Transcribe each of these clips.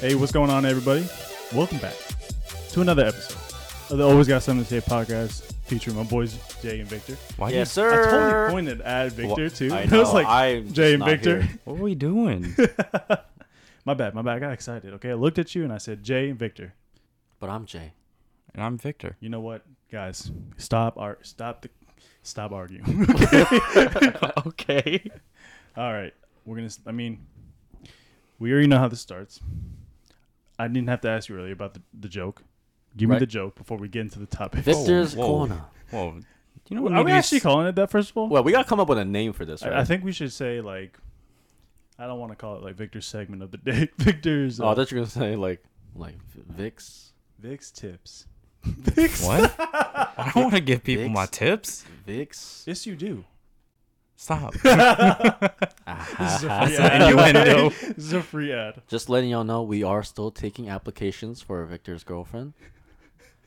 Hey, what's going on, everybody? Welcome back to another episode of the Always Got Something to Say podcast featuring my boys Jay and Victor. Why Yes, do you, sir. I totally pointed at Victor Wha- too. I I, know, was like, I'm Jay just and not Victor. here. What are we doing? My bad, my bad. I got excited. Okay, I looked at you and I said Jay and Victor. But I'm Jay. and I'm Victor. You know what, guys? Stop art. Stop the. Stop arguing. okay. All right, we're gonna. s- I mean, we already know how this starts. I didn't have to ask you earlier about the, the joke. Give me Right. the joke before we get into the topic. Victor's whoa. Corner. Whoa. You know what? Are made we me actually s- calling it that? First of all, Well, we gotta come up with a name for this, right? I, I think we should say like. I don't want to call it like Victor's segment of the day. Victor's oh, uh, that you're gonna say like like Vix, Vic's tips. Vic's. What? I don't want to give people Vicks. my tips. Vix. Yes, you do. Stop. This is a free an ad. innuendo. this is a free ad. Just letting y'all know, we are still taking applications for Victor's girlfriend.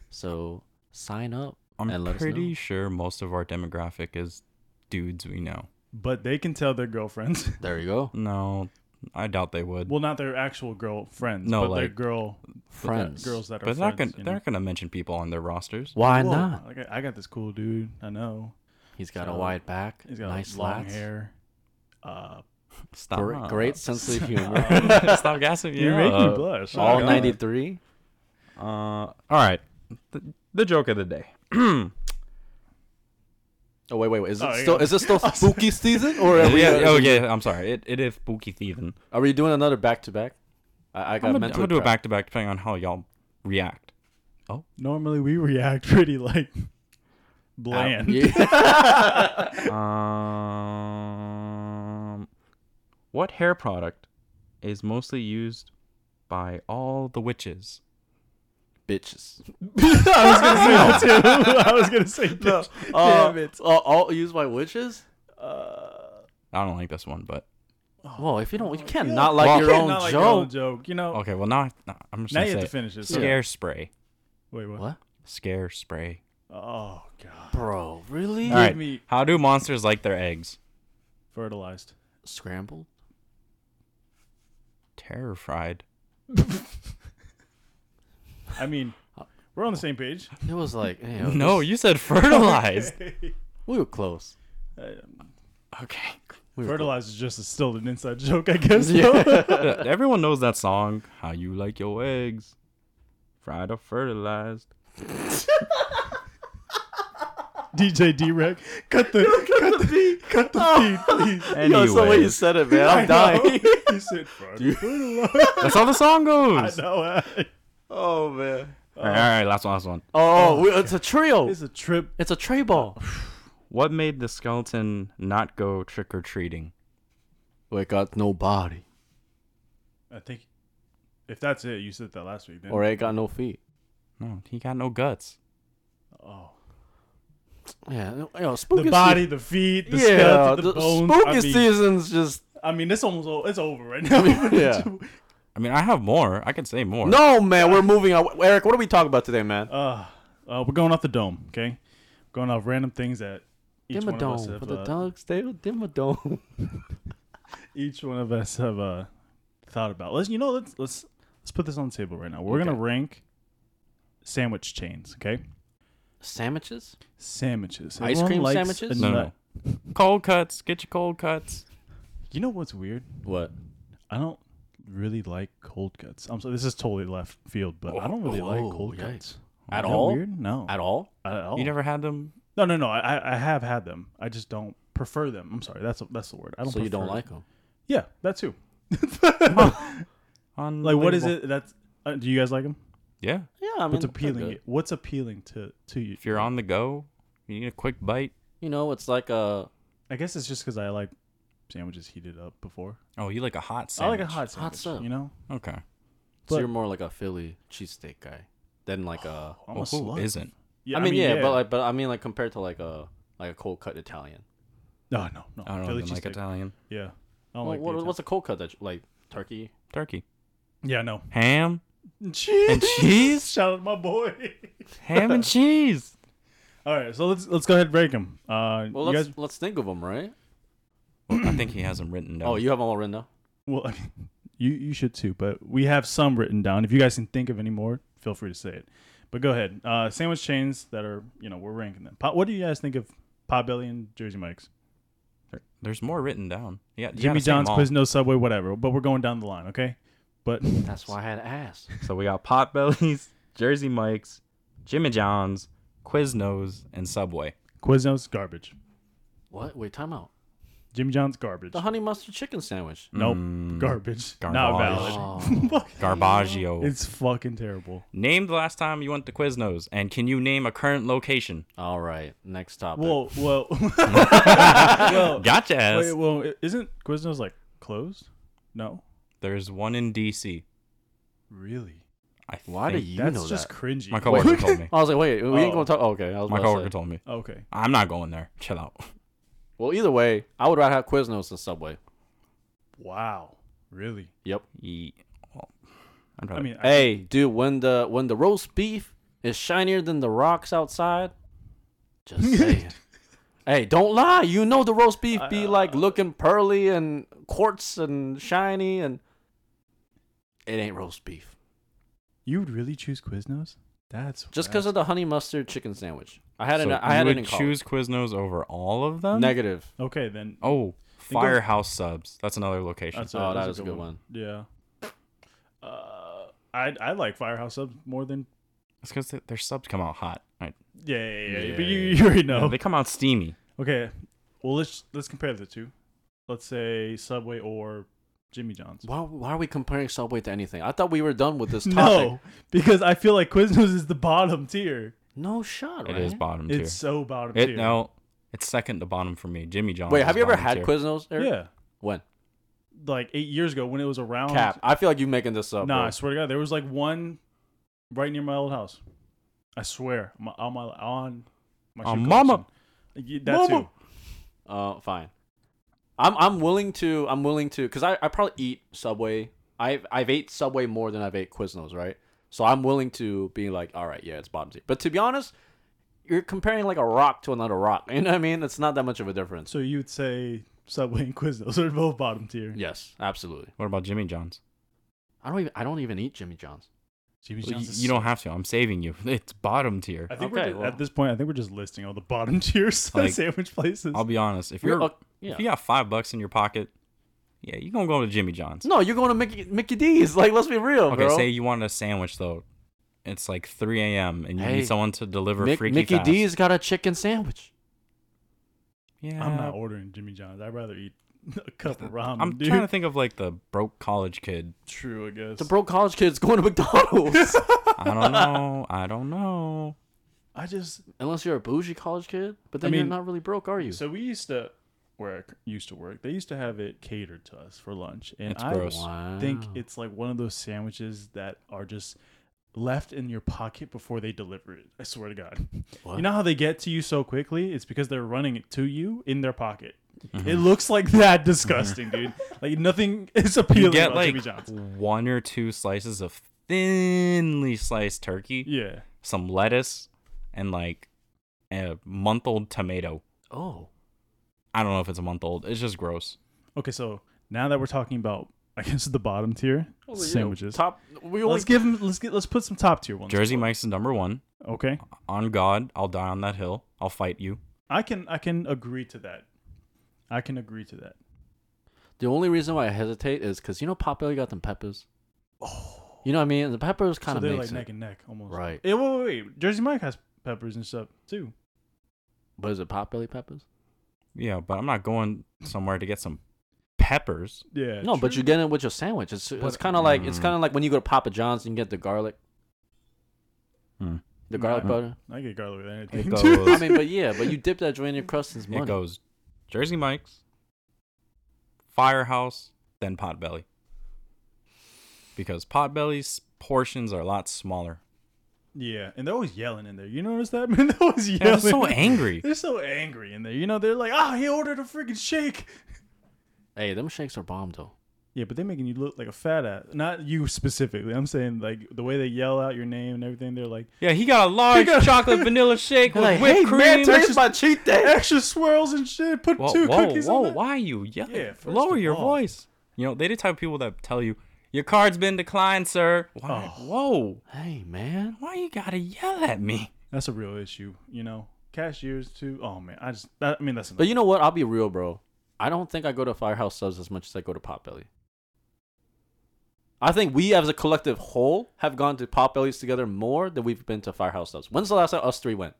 So sign up and I'm let us pretty know. sure most of our demographic is dudes we know. But they can tell their girlfriends. There you go, No, I doubt they would. Well, not their actual girlfriends. No, but their like- girl friends. girls that are. but they're friends, not gonna you know? they're not gonna mention people on their rosters. Why Whoa, not? I got, I got this cool dude. I know. He's got a So, wide back, He's got nice long lats, hair. Uh, Stop. great, great sense of humor. Stop gassing me. you make up. me blush. All God. ninety three. Uh, all right. The, the joke of the day. Oh wait, wait, wait. Is it Oh, yeah. still is it still spooky season or are we? yeah, uh, oh yeah, I'm sorry. It it is spooky thieving. Are we doing another back to back? I I got I'm gonna, I'm mental. gonna do it prep. back to back depending on how y'all react. Normally we react pretty like bland. Yeah. Um, what hair product is mostly used by all the witches? Bitches. I was gonna say that too. I was gonna say that. Uh, uh, all used by witches. uh, I don't like this one, but Well, if you don't, you can't not like Well, your You own cannot like your own joke. joke. You know. okay. Well, now, I, now I'm just Now gonna you have say to it. finish this. Yeah. scare spray. Wait, what? What, Scare spray. Oh god. bro? Really? All right. me- How do monsters like their eggs? Fertilized. Scrambled. Terror fried. I mean, we're on the same page. It was like you know, No, this- you said fertilized. we were close. okay. We were Fertilized Uh, is just a, still an inside joke, I guess. close. Yeah. Yeah, Everyone knows that song. How you like your eggs? Fried or fertilized? DJ D-Rec, cut the cut the beat, cut the beat, please. Oh. Yo, it's the way you Anyways, said it, man. I'm I know. dying. He said, "Fuck, that's how the song goes. I know, I- Oh man. All right, all right, last one, last one. Oh, we, it's a trio. It's a trip. It's a tray ball. What made the skeleton not go trick or treating? We got no body, I think if that's it, you said that last week. Then. or it got no feet. No, he got no guts. Oh. Yeah, you know, spooky The body, the feet, the yeah, skeleton, the, the bones. spooky I mean, season's just I mean, it's almost o- it's over right now. Yeah. I mean, I have more. I could say more. no, man. We're moving on. Eric, what are we talking about today, man? uh, uh, we're going off the dome, okay? Going off random things that each one of us Dimmadome have. for the uh, dogs. They were Dimmadome. each one of us have uh, thought about. Let's you know let's let's let's put this on the table right now. We're gonna Okay. rank sandwich chains, okay? Sandwiches? Sandwiches, Ice cream likes sandwiches? a no, nut. no. Cold cuts. Get your cold cuts. You know what's weird? What? I don't really like cold cuts. I'm sorry, this is totally left field, but I don't really like Oh, cold yikes. cuts. At Is that all? Weird? No. At all? At all. You never had them? No, no, no. I, I- I have had them. I just don't prefer them. I'm sorry. That's that's the word. I don't. So you don't prefer like them. them? Yeah, that too. On Like, what is it? That's. Uh, do you guys like them? Yeah. Yeah, I mean, What's they're appealing? good. What's appealing to to you? If you're on the go, you need a quick bite. You know, it's like a I guess it's just because I like sandwiches heated up before. Oh, you like a hot I like sandwich. a hot sandwich. Hot sub. You know, Okay. so But- you're more like a Philly cheesesteak guy than like a. I'm well, a who slut. isn't? Yeah, I mean, yeah, but like, but I mean, like compared to like a like a cold cut Italian. no, no, no. I don't Philly even like cheesesteak. Italian. Yeah, I don't Well, like. the what- Italian- what's a cold cut that you- like turkey? Turkey. yeah, no. Ham. Cheese. And cheese? Shout out my boy. Ham and cheese. All right, so let's let's go ahead and break them. Uh, Well, you let's guys. let's think of them, right? Well, I think he has them written down. Oh, you have them all written down. Well, I mean, You you should too, but we have some written down. If you guys can think of any more, feel free to say it. But go ahead. Uh, sandwich chains that are you know we're ranking them. Pot, what do you guys think of Potbelly and Jersey Mike's? There- There's more written down. Yeah, Jimmy John's, Quiznos, Subway, whatever. But we're going down the line, okay? But That's why I had to ask. So we got Potbellies, Jersey Mike's, Jimmy John's, Quiznos, and Subway. Quiznos garbage. What? Wait, time out. Jimmy John's garbage. The honey mustard chicken sandwich. Nope, Mm. garbage. Not Garbage. valid. Oh, Garbaggio. It's fucking terrible. Name the last time you went to Quiznos, and can you name a current location? all right, next topic. Whoa, whoa, Oh. well, Gotcha. ass. wait, well, i- isn't Quiznos like closed? No, There's one in D.C. really. I Why do think- you That's know just that? cringy. My coworker told me. I was like, wait, we Oh. ain't gonna talk. oh, okay, I was My about to coworker say. told me. Okay. I'm not going there. Chill out. Well, either way, I would rather have Quiznos than Subway. Wow. Really? Yep. Ye- well, I'd I Uh, rather- mean, I, Hey, dude, when the when the roast beef is shinier than the rocks outside, just saying. hey, don't lie. You know the roast beef Uh, be like looking pearly and quartz and shiny, and it ain't roast beef. you would really choose Quiznos? That's Just because of the honey mustard chicken sandwich. I had So it. I you had it would in college. choose Quiznos over all of them. Negative. Okay, then Oh, It goes- Firehouse Subs. That's another location. that's Oh, a, that that's was a good one. Yeah. Uh, I I like Firehouse Subs more than That's because their subs come out hot. I, yeah yeah, yeah, yeah, But Yeah. you, you already Oh. know. They come out steamy. okay. Well, let's let's compare the two. Let's say Subway or Jimmy John's. Why, why are we comparing Subway to anything? I thought we were done with this topic. No, because I feel like Quiznos is the bottom tier. No, shot, right? It is bottom tier. It's so bottom It tier. no, it's second to bottom for me. Jimmy John's. Wait, is have you ever bottom had tier. Quiznos? Eric? Yeah, When? like eight years ago when it was around. Cap. I feel like you making this up. Nah, bro. I swear to God, there was like one right near my old house. I swear, my, on my on my On shoe Uh, mama. collection. Yeah, that Mama. too. Uh, fine. I'm I'm willing to I'm willing to because I, I probably eat Subway. I've I've ate Subway more than I've ate Quiznos, right? So I'm willing to be like, all right, yeah, it's bottom tier. But to be honest, you're comparing like a rock to another rock. You know what I mean? It's not that much of a difference. So you'd say Subway and Quiznos are both bottom tier. Yes, absolutely. What about Jimmy John's? I don't even I don't even eat Jimmy John's. Jimmy Well, y- John's is- you don't have to. I'm saving you. It's bottom tier. I think we're Okay, ju- well. at this point, I think we're just listing all the bottom tier Like, sandwich places. I'll be honest. If Real- you're uh, yeah. if you got five bucks in your pocket, yeah, you gonna go to Jimmy John's. No, you're going to Mickey Mickey D's. Like, let's be real, Okay, bro. say you wanted a sandwich though. It's like 3 a.m. and you Hey, need someone to deliver Mick- freaky Mickey fast. D's got a chicken sandwich. Yeah, I'm not ordering Jimmy John's. I'd rather eat a cup of ramen. I'm dude. trying to think of like the broke college kid. True, I guess. The broke college kids going to McDonald's. I don't know. I don't know. I just Unless you're a bougie college kid, but I then mean- you're not really broke, are you? so we used to work used to work. They used to have it catered to us for lunch, and It's I gross. Wow. Oh. think it's like one of those sandwiches that are just left in your pocket before they deliver it. I swear to God. You What? know how they get to you so quickly? It's because they're running it to you in their pocket. It looks like that disgusting, dude. Like nothing is appealing You get about like Jimmy John's. one or two slices of thinly sliced turkey, Yeah. some lettuce, and like a month old tomato. Oh. I don't know if it's a month old. It's just gross. Okay, so now that we're talking about I guess the bottom tier Oh, sandwiches. Top. We only let's give 'em- let's get let's put some top tier ones. Jersey Mike's is number one. Okay. On God, I'll die on that hill. I'll fight you. I can I can agree to that. I can agree to that. the only reason why I hesitate is because you know Potbelly got them peppers. Oh. You know what I mean? The peppers kind of so they're makes like neck it. and neck almost. Right. Eh, wait, wait, wait. Jersey Mike has peppers and stuff too. But is it Potbelly peppers? Yeah, but I'm not going somewhere to get some peppers. Yeah. no, but you get it with your sandwich. It's it's kind of like it's Mm. kind of like when you go to Papa John's and you get the garlic, Hmm. the garlic Mm. butter. I get garlic with anything. It I goes. mean, but yeah, but you dip that joint in your crust and it's money. it goes. Jersey Mike's, Firehouse, then Potbelly. Because Potbelly's portions are a lot smaller. Yeah, and they're always yelling in there. You notice that man? They're always yelling. Yeah, they're so angry. They're so angry in there. You know, they're like, ah, he ordered a freaking shake. Hey, them shakes are bomb though. Yeah, but they're making you look like a fat ass. Not you specifically. I'm saying like the way they yell out your name and everything. They're like Yeah, he got a large got- chocolate vanilla shake with Like, whipped hey cream. man, today's Just- my cheat day. extra swirls and shit. Put whoa, two whoa, cookies whoa! on that. Why are you yelling? Yeah, first Lower of your all. voice. You know, they the type of people that tell you, Your card's been declined, sir. Why? Oh. Whoa. Hey man, Why you gotta yell at me? That's a real issue, you know. Cashiers too. Oh man, I just that, I mean that's but you know what? I'll be real, bro. I don't think I go to Firehouse Subs as much as I go to Potbelly. I think we as a collective whole have gone to Potbellies together more than we've been to Firehouse Subs. When's the last time us three went?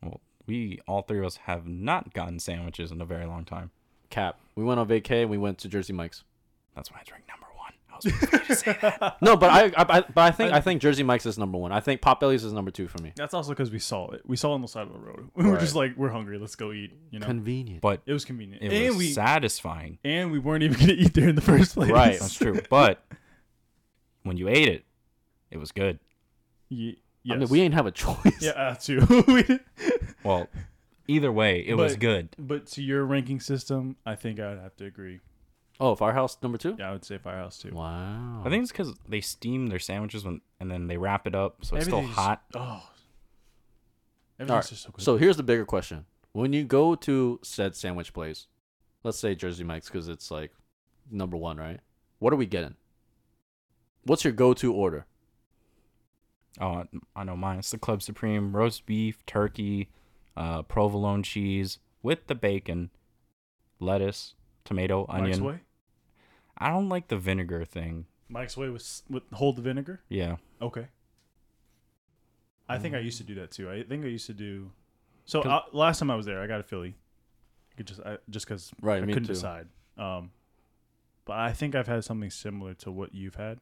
Well, we all three of us have not gotten sandwiches in a very long time. Cap. We went on vacay and we went to Jersey Mike's. That's why I drink number one. I was afraid to say that. No, but I, I, I but I think I think Jersey Mike's is number one. I think Potbellies is number two for me. that's also because we saw it. We saw it on the side of the road. We were just like, we're hungry. Let's go eat. You know, Convenient. But it was convenient, it and was we satisfying. and we weren't even gonna eat there in the first place. Right. That's true. But when you ate it, it was good. Ye- yes. I mean, we ain't have a choice. yeah, uh, too. We- Well, either way, it was But- good. but to your ranking system, I think I would have to agree. Oh, Firehouse number two. Yeah, I would say Firehouse too. Wow. Oh. I think it's because they steam their sandwiches when, and then they wrap it up, so it's still Everything's- hot. Oh, everything's All right. just so good. So here's the bigger question: When you go to said sandwich place, let's say Jersey Mike's because it's like number one, right? What are we getting? What's your go-to order? Oh, I know mine. It's the Club Supreme roast beef, turkey, uh, provolone cheese with the bacon, lettuce, tomato, Mike's onion. way. I don't like the vinegar thing. Mike's way with with hold the vinegar. Yeah. Okay. I think I used to do that too. I think I used to do. So 'Cause- uh, last time I was there, I got a Philly. I could just I, just because Right, I me couldn't too. decide. Um, but I think I've had something similar to what you've had,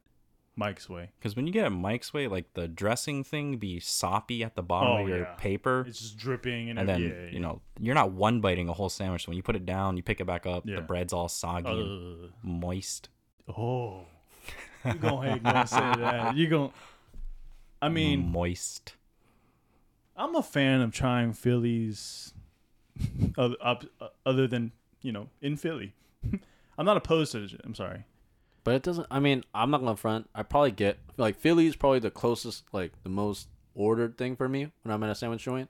Mike's way. Because when you get a Mike's way, like the dressing thing be soppy at the bottom Oh, of your yeah. paper. It's just dripping and, and then, every- yeah, yeah, you know, you're not one biting a whole sandwich. When you put it down, you pick it back up. Yeah. The bread's all soggy yeah. and moist. Ugh. oh, you gonna hate when I say that? You gonna? I Mm. mean, moist. I'm a fan of trying Phillies other, up, uh, other than, you know, in Philly. I'm not opposed to I'm sorry. But it doesn't. I mean, I'm not gonna front. I probably get like Philly's probably the closest, like the most ordered thing for me when I'm at a sandwich joint.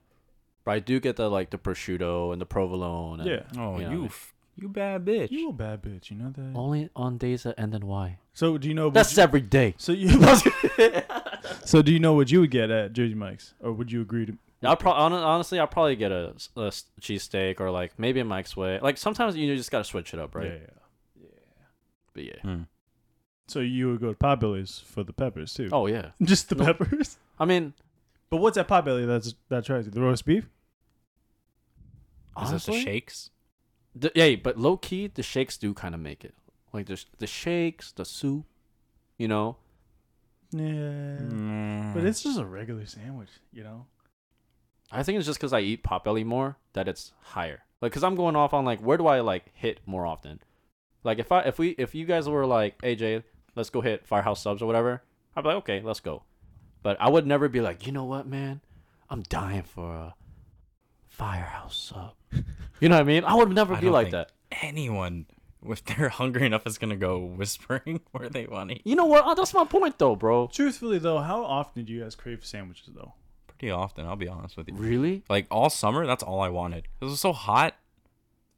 But I do get the like the prosciutto and the provolone. And Yeah. Oh, Yeah. you, f- you bad bitch. You a bad bitch, you know that? Only on days that end in Y. So do you know Oh. That's you, every day. so you So do you know what you would get at Jersey Mike's? Or would you agree to I'll pro- hon- honestly, I'll probably get a, a s- cheesesteak or like maybe a Mike's way. Like sometimes you just gotta switch it up, right? Yeah, yeah. But yeah. Mm. So you would go to Potbelly's for the peppers too. Oh yeah. Just the No. peppers. I mean, But what's at Potbelly that's that tries to the roast beef? Is that honestly, the shakes? the- yeah, but low key, the shakes do kind of make it. Like the sh- the shakes, the soup, you know. Yeah. Mm. But it's just a regular sandwich, you know? I think it's just because I eat potbelly more that it's higher. Like, cause I'm going off on like, where do I like hit more often? Like, if I if we if you guys were like, AJ, let's go hit Firehouse Subs or whatever, I'd be like, okay, let's go. But I would never be like, you know what, man, I'm dying for a Firehouse Sub. you know what I mean? I would never I be don't like think that. anyone, if they're hungry enough, is gonna go whispering where they want to eat You know what? Oh, that's my point though, bro. Truthfully though, how often do you guys crave sandwiches though? pretty often. I'll be honest with you. Really? Like all summer, that's all I wanted. It was so hot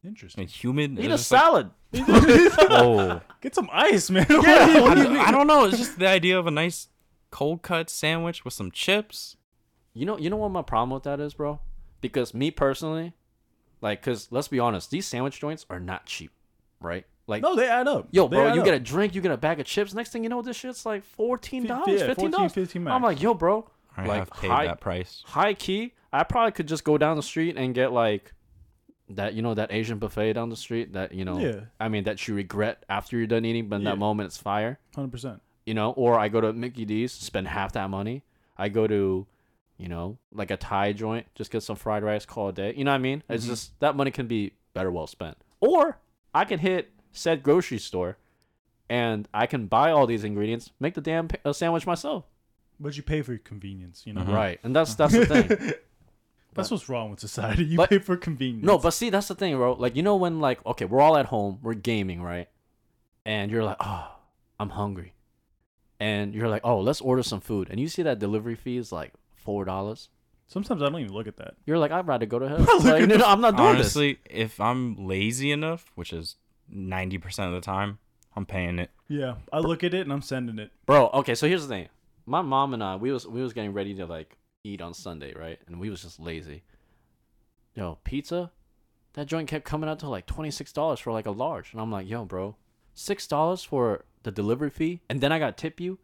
Interesting. and humid. Eat It a was just like, salad. oh, Get some ice, man. What do Yeah. you- I, don't, I don't know. It's just the idea of a nice cold cut sandwich with some chips. You know, you know what my problem with that is, bro? Because me personally, like, cause let's be honest, these sandwich joints are not cheap, right? Like, no, they add up. yo, They bro, add you up. get a drink, you get a bag of chips. Next thing you know, this shit's like fourteen dollars, yeah, fifteen dollars. 14, 15 max. I'm like, yo, bro, I like have paid high, that price. high key. I probably could just go down the street and get like that, you know, that Asian buffet down the street. That you know, Yeah. I mean, that you regret after you're done eating, but in Yeah. that moment, it's fire. hundred percent. you know, or I go to Mickey D's, spend half that money. I go to, you know, like a Thai joint, just get some fried rice, call it a day. You know what I mean? It's just that money can be better well spent. Or I can hit said grocery store, and I can buy all these ingredients, make the damn p- uh, sandwich myself. But you pay for your convenience, you know. Right, and that's that's the thing. That's what's wrong with society. You But- pay for convenience. No, but see, that's the thing, bro. Like, you know, when, like, okay, we're all at home, we're gaming, right? And you're like, oh, I'm hungry. And you're like, oh, let's order some food. And you see that delivery fee is like $4. sometimes I don't even look at that. You're like, I'd rather go to hell. like, no, no, I'm not doing Honestly, if I'm lazy enough, which is ninety percent of the time, I'm paying it. Yeah, I look at it and I'm sending it. bro. Okay, so here's the thing. My mom and I, we was we was getting ready to like eat on Sunday, right? And we was just lazy. Yo, pizza, that joint kept coming out to like twenty six dollars for like a large, and I'm like, yo, bro, six dollars for the delivery fee, and then I got tip you,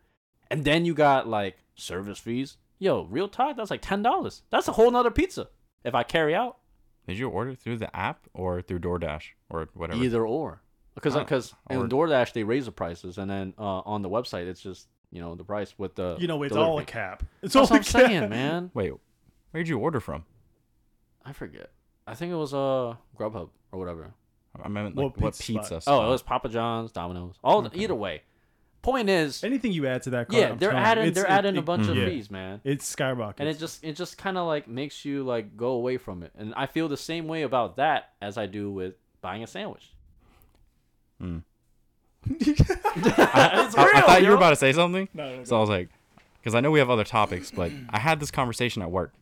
and then you got like service fees. Yo, real talk, that's like ten dollars. That's a whole nother pizza if I carry out. Did you order through the app or through DoorDash or whatever? Either or, uh, because Oh, because or- in DoorDash they raise the prices, and then uh, on the website it's just you know the price with the You know, it's delivery all fee. a cap. It's That's all what a I'm cap. saying, man. Wait, where'd you order from? I forget. I think it was uh Grubhub or whatever. I meant What like what pizza spot? pizza? Oh, it spot? was Papa John's, Domino's. All the- either way. Point is, Anything you add to that card, yeah, I'm they're telling you, adding it's- they're it- adding a it- bunch of yeah. fees, man. It's skyrocketing. And it just it just kind of like makes you like go away from it. And I feel the same way about that as I do with buying a sandwich. Hmm. it's I, I real, thought you yo. were about to say something. No, no, so I was like, because I know we have other topics, but I had this conversation at work.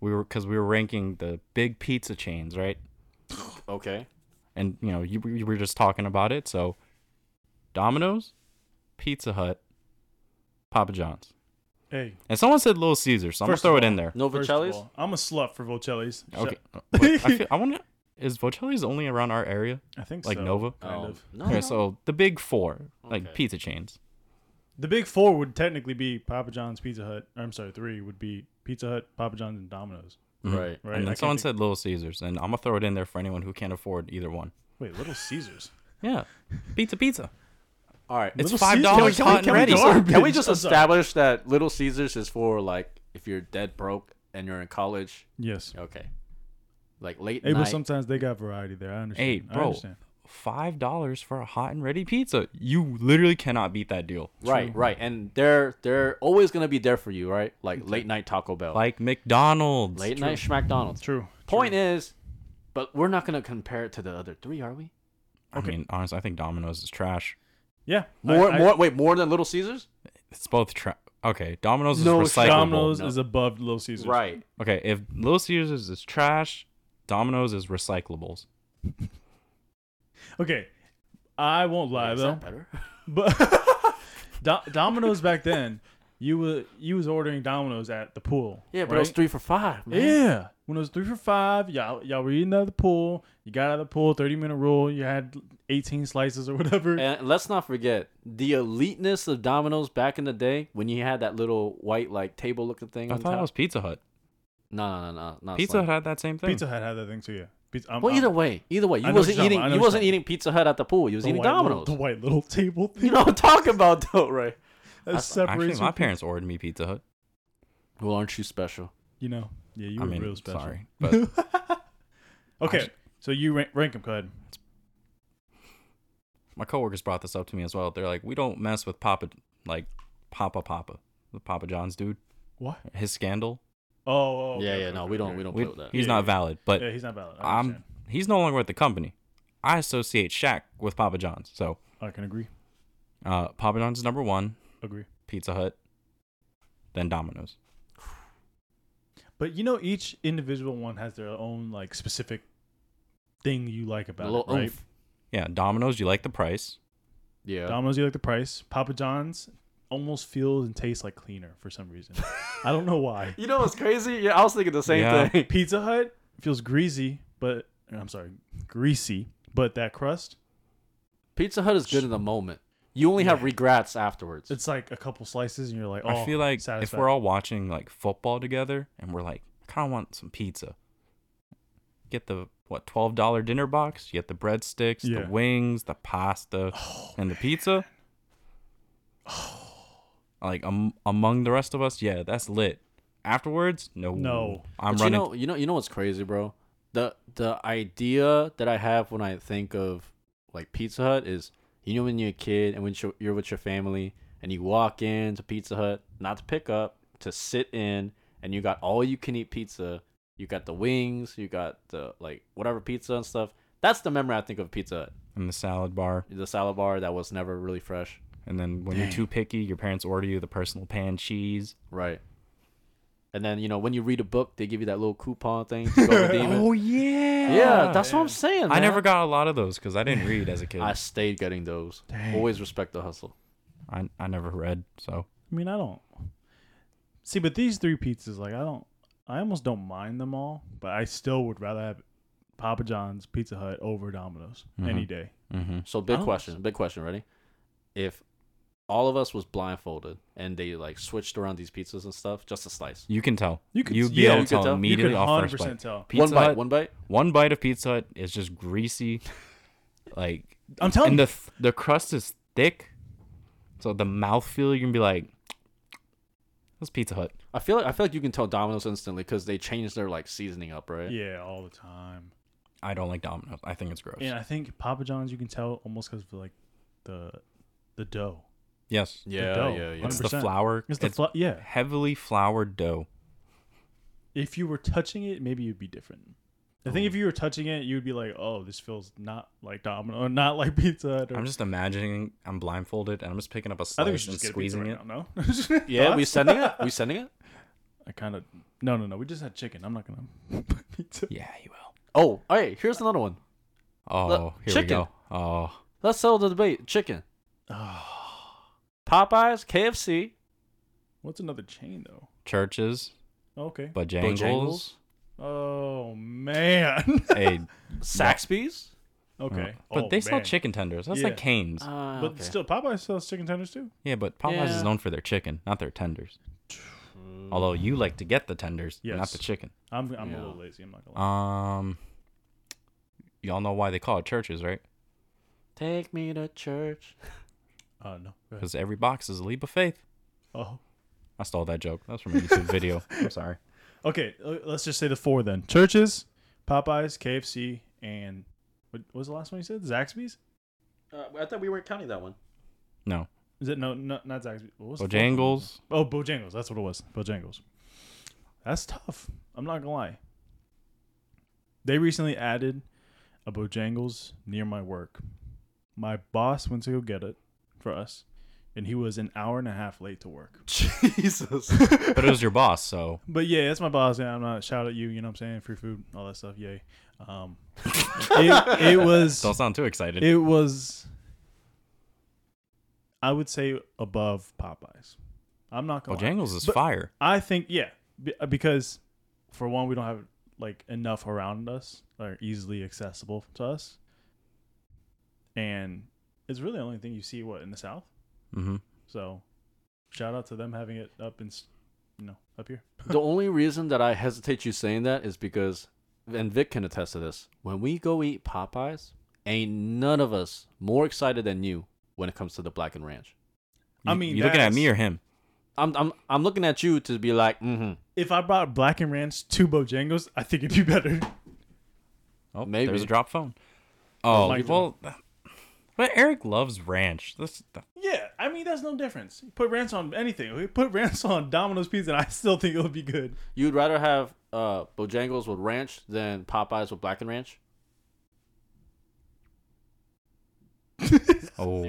We were because we were ranking the big pizza chains, right? Okay. And you know, you, you were just talking about it. So, Domino's, Pizza Hut, Papa John's, hey, and someone said Little Caesars. So I'm First gonna of throw it all, in there. No first of Vicelli's? all, I'm a slut for Vocelli's. Shut- Okay. Wait, I, feel, I want to. Is Vocelli's only around our area? I think Like so, Nova? kind Oh, of. No, Okay, no. so the big four, Okay. like pizza chains. The big four would technically be Papa John's, Pizza Hut. Or I'm sorry, three would be Pizza Hut, Papa John's, and Domino's. Right. Right? And I then can't someone think- said Little Caesars, and I'm gonna throw it in there for anyone who can't afford either one. "Wait, Little Caesars." Yeah, pizza, pizza. All right. It's Little five Caesars? dollars Can we- hot and can we ready. go on? Can we Garbage. just I'm sorry. establish that Little Caesars is for like if you're dead broke and you're in college? Yes. Okay. Like late Hey, but night. sometimes they got variety there. I understand. Hey, I bro, understand. five dollars for a hot and ready pizza. You literally cannot beat that deal. Right, right, and they're they're always gonna be there for you, right? Like late night Taco Bell, Like McDonald's. late night SmackDonald's. True. Point is, but we're not gonna compare it to the other three, are we? I mean, honestly, I think Domino's is trash. Yeah. I- More, I- more, wait, more than Little Caesars? It's both trash. Okay, Domino's No, is recyclable. Domino's No. is above Little Caesars. Right. Okay, if Little Caesars is trash, Domino's is recyclables. Okay. I won't lie Is though, that better? but Do- Domino's back then, you were you was ordering Domino's at the pool. Yeah, but right? it was three for five, man. Yeah. When it was three for five, y'all y'all were eating out of the pool. You got out of the pool, thirty minute rule. You had eighteen slices or whatever. And let's not forget the eliteness of Domino's back in the day when you had that little white like table looking thing. I on thought top. that was Pizza Hut. no, no, no, no, not Pizza Slam. Hut had that same thing. Pizza Hut had that thing too. Yeah. Pizza, I'm, Well, I'm- either way, either way, I you know wasn't what you're talking eating. about. I know what You you're wasn't talking eating Pizza Hut at the pool. You was the eating white little- Domino's. the white little table thing You know what I'm talking about, though, right? that Actually, separates my you, parents ordered me Pizza Hut. Well, aren't you special? you know. Yeah, you I were mean, real special. sorry, but Okay, Actu- so you rank, rank them, go ahead. my coworkers brought this up to me as well. They're like, we don't mess with Papa, like Papa Papa, the Papa John's dude. What? His scandal. Oh, oh, okay, yeah, yeah. okay, no, okay, we don't. okay. We don't We- play with that. he's Yeah, not yeah. valid, but Yeah, he's not valid. I, I'm understand. he's no longer with the company. I associate Shaq with Papa John's. So I can agree. uh, Papa John's is number one, Agree. Pizza Hut, then Domino's. But you know, each individual one has their own like specific thing you like A about little it, right? oomph. Yeah, Domino's, you like the price. Yeah. Domino's, you like the price. Papa John's almost feels and tastes like cleaner for some reason. I don't know why. you know what's crazy? Yeah, I was thinking the same Yeah. thing. Pizza Hut feels greasy, but I'm sorry, greasy, but that crust, Pizza Hut is good in the moment. You only have regrets afterwards. it's like a couple slices, and you're like, oh, I feel like if satisfied. we're all watching like football together and we're like, I kind of want some pizza. Get the what twelve dollar dinner box. You get the breadsticks, Yeah. Oh, the wings, the pasta, and the pizza. Like um, among the rest of us, yeah, that's lit. Afterwards, no, No. I'm But running. You know, you know, you know what's crazy, bro? The the idea that I have when I think of like Pizza Hut is, you know, when you're a kid and when you're, you're with your family and you walk into Pizza Hut, not to pick up, to sit in, and you got all you can eat pizza. You got the wings, you got the like whatever pizza and stuff. That's the memory I think of Pizza Hut. in the salad bar, The salad bar that was never really fresh. and then when you're too picky, your parents order you the personal pan cheese. Right. And then you know when you read a book, they give you that little coupon thing. To go redeem it. Oh yeah. yeah, that's what I'm man. saying. I man. never got a lot of those because I didn't read as a kid. I I, stayed getting those. Dang. Always respect the hustle. I, never read, so I mean, I don't see, but these three pizzas, like, I don't, I almost don't mind them all, but I still would rather have Papa John's Pizza Hut over Domino's any day. mm-hmm. So big Oh. question, big question, ready? If all of us was blindfolded and they like switched around these pizzas and stuff, just a slice. you can tell. You could- You'd be yeah, able you to could tell tell. You You could immediately off first 100% bite. tell. Pizza one bite, Hut- one bite. One bite of Pizza Hut is just greasy, like, I'm telling and you, the th- the crust is thick, so the mouthfeel you can be like, "That's Pizza Hut." I feel like I feel like you can tell Domino's instantly because they changed their like seasoning up, right? yeah, all the time. I don't like Domino's. I think it's gross. And I think Papa John's, you can tell almost because of like the the dough. Yes, The Yeah, dough, yeah, yeah. it's the 100%. flour. It's the fla- yeah. heavily floured dough. If you were touching it, maybe you'd be different. I think if you were touching it, you'd be like, "Oh, this feels not like Domino, or not like Pizza Hut." Or, I'm just imagining I'm blindfolded and I'm just picking up I a think we slice should and just get a pizza squeezing right it. now. No, Yeah, we Thoughts? sending it. We sending it. I kind of no, no, no. We just had chicken. I'm not gonna pizza. Yeah, you will. Oh, all right. Here's another one. Oh, Look, here chicken. we go. Oh, Let's settle the debate. Chicken. Popeyes, KFC, What's another chain though? churches, Okay. Bojangles. Oh man. hey, Saxby's. okay. but Oh, they sell man. chicken tenders. That's like Yeah. Canes. Ah, But okay. still, Popeye sells chicken tenders too. yeah, but Popeyes Yeah. is known for their chicken, not their tenders. Although you like to get the tenders, not Yes. the chicken. I'm, I'm Yeah. a little lazy. I'm not gonna lie. Um, y'all know why they call it churches, right? take me to church. Uh, no. Go ahead. Because every box is a leap of faith. Oh. I stole that joke. That's from a YouTube video. I'm sorry. Okay. uh, Let's just say the four then: churches, Popeyes, KFC, and what what was the last one you said? Zaxby's? Uh, I thought we weren't counting that one. No, Is it no? no not Zaxby's. What was the fourth one? Bojangles. Oh, Bojangles. That's what it was. Bojangles. That's tough. I'm not gonna lie. They recently added a Bojangles near my work. My boss went to go get it for us, and he was an hour and a half late to work. Jesus. But it was your boss, so But yeah, that's my boss. And I'm not shout at you. You know what I'm saying? Free food, all that stuff. Yay. Um, it, it was don't sound too excited. it was. I would say above Popeyes. I'm not gonna. lie. Bojangles is But- fire. I think yeah, be- uh, because for one, we don't have like enough around us that are easily accessible to us, and it's really the only thing you see what in the South. Mm-hmm. So, shout out to them having it up in, s- you know, up here. the only reason that I hesitate you saying that is because, and Vic can attest to this. When we go eat Popeyes, ain't none of us more excited than you when it comes to the black and ranch. I mean, you looking at that's- me or him? I'm I'm I'm looking at you to be like, mm-hmm. If I brought Black and Ranch to Bojangles, I think it'd be better. Oh, Maybe. there's a drop phone. Oh, mic well, but Eric loves ranch. That's Yeah, I mean that's no difference. Put ranch on anything. We Put ranch on Domino's pizza, and I still think it would be good. you'd rather have uh Bojangles with ranch than Popeyes with black and ranch. oh,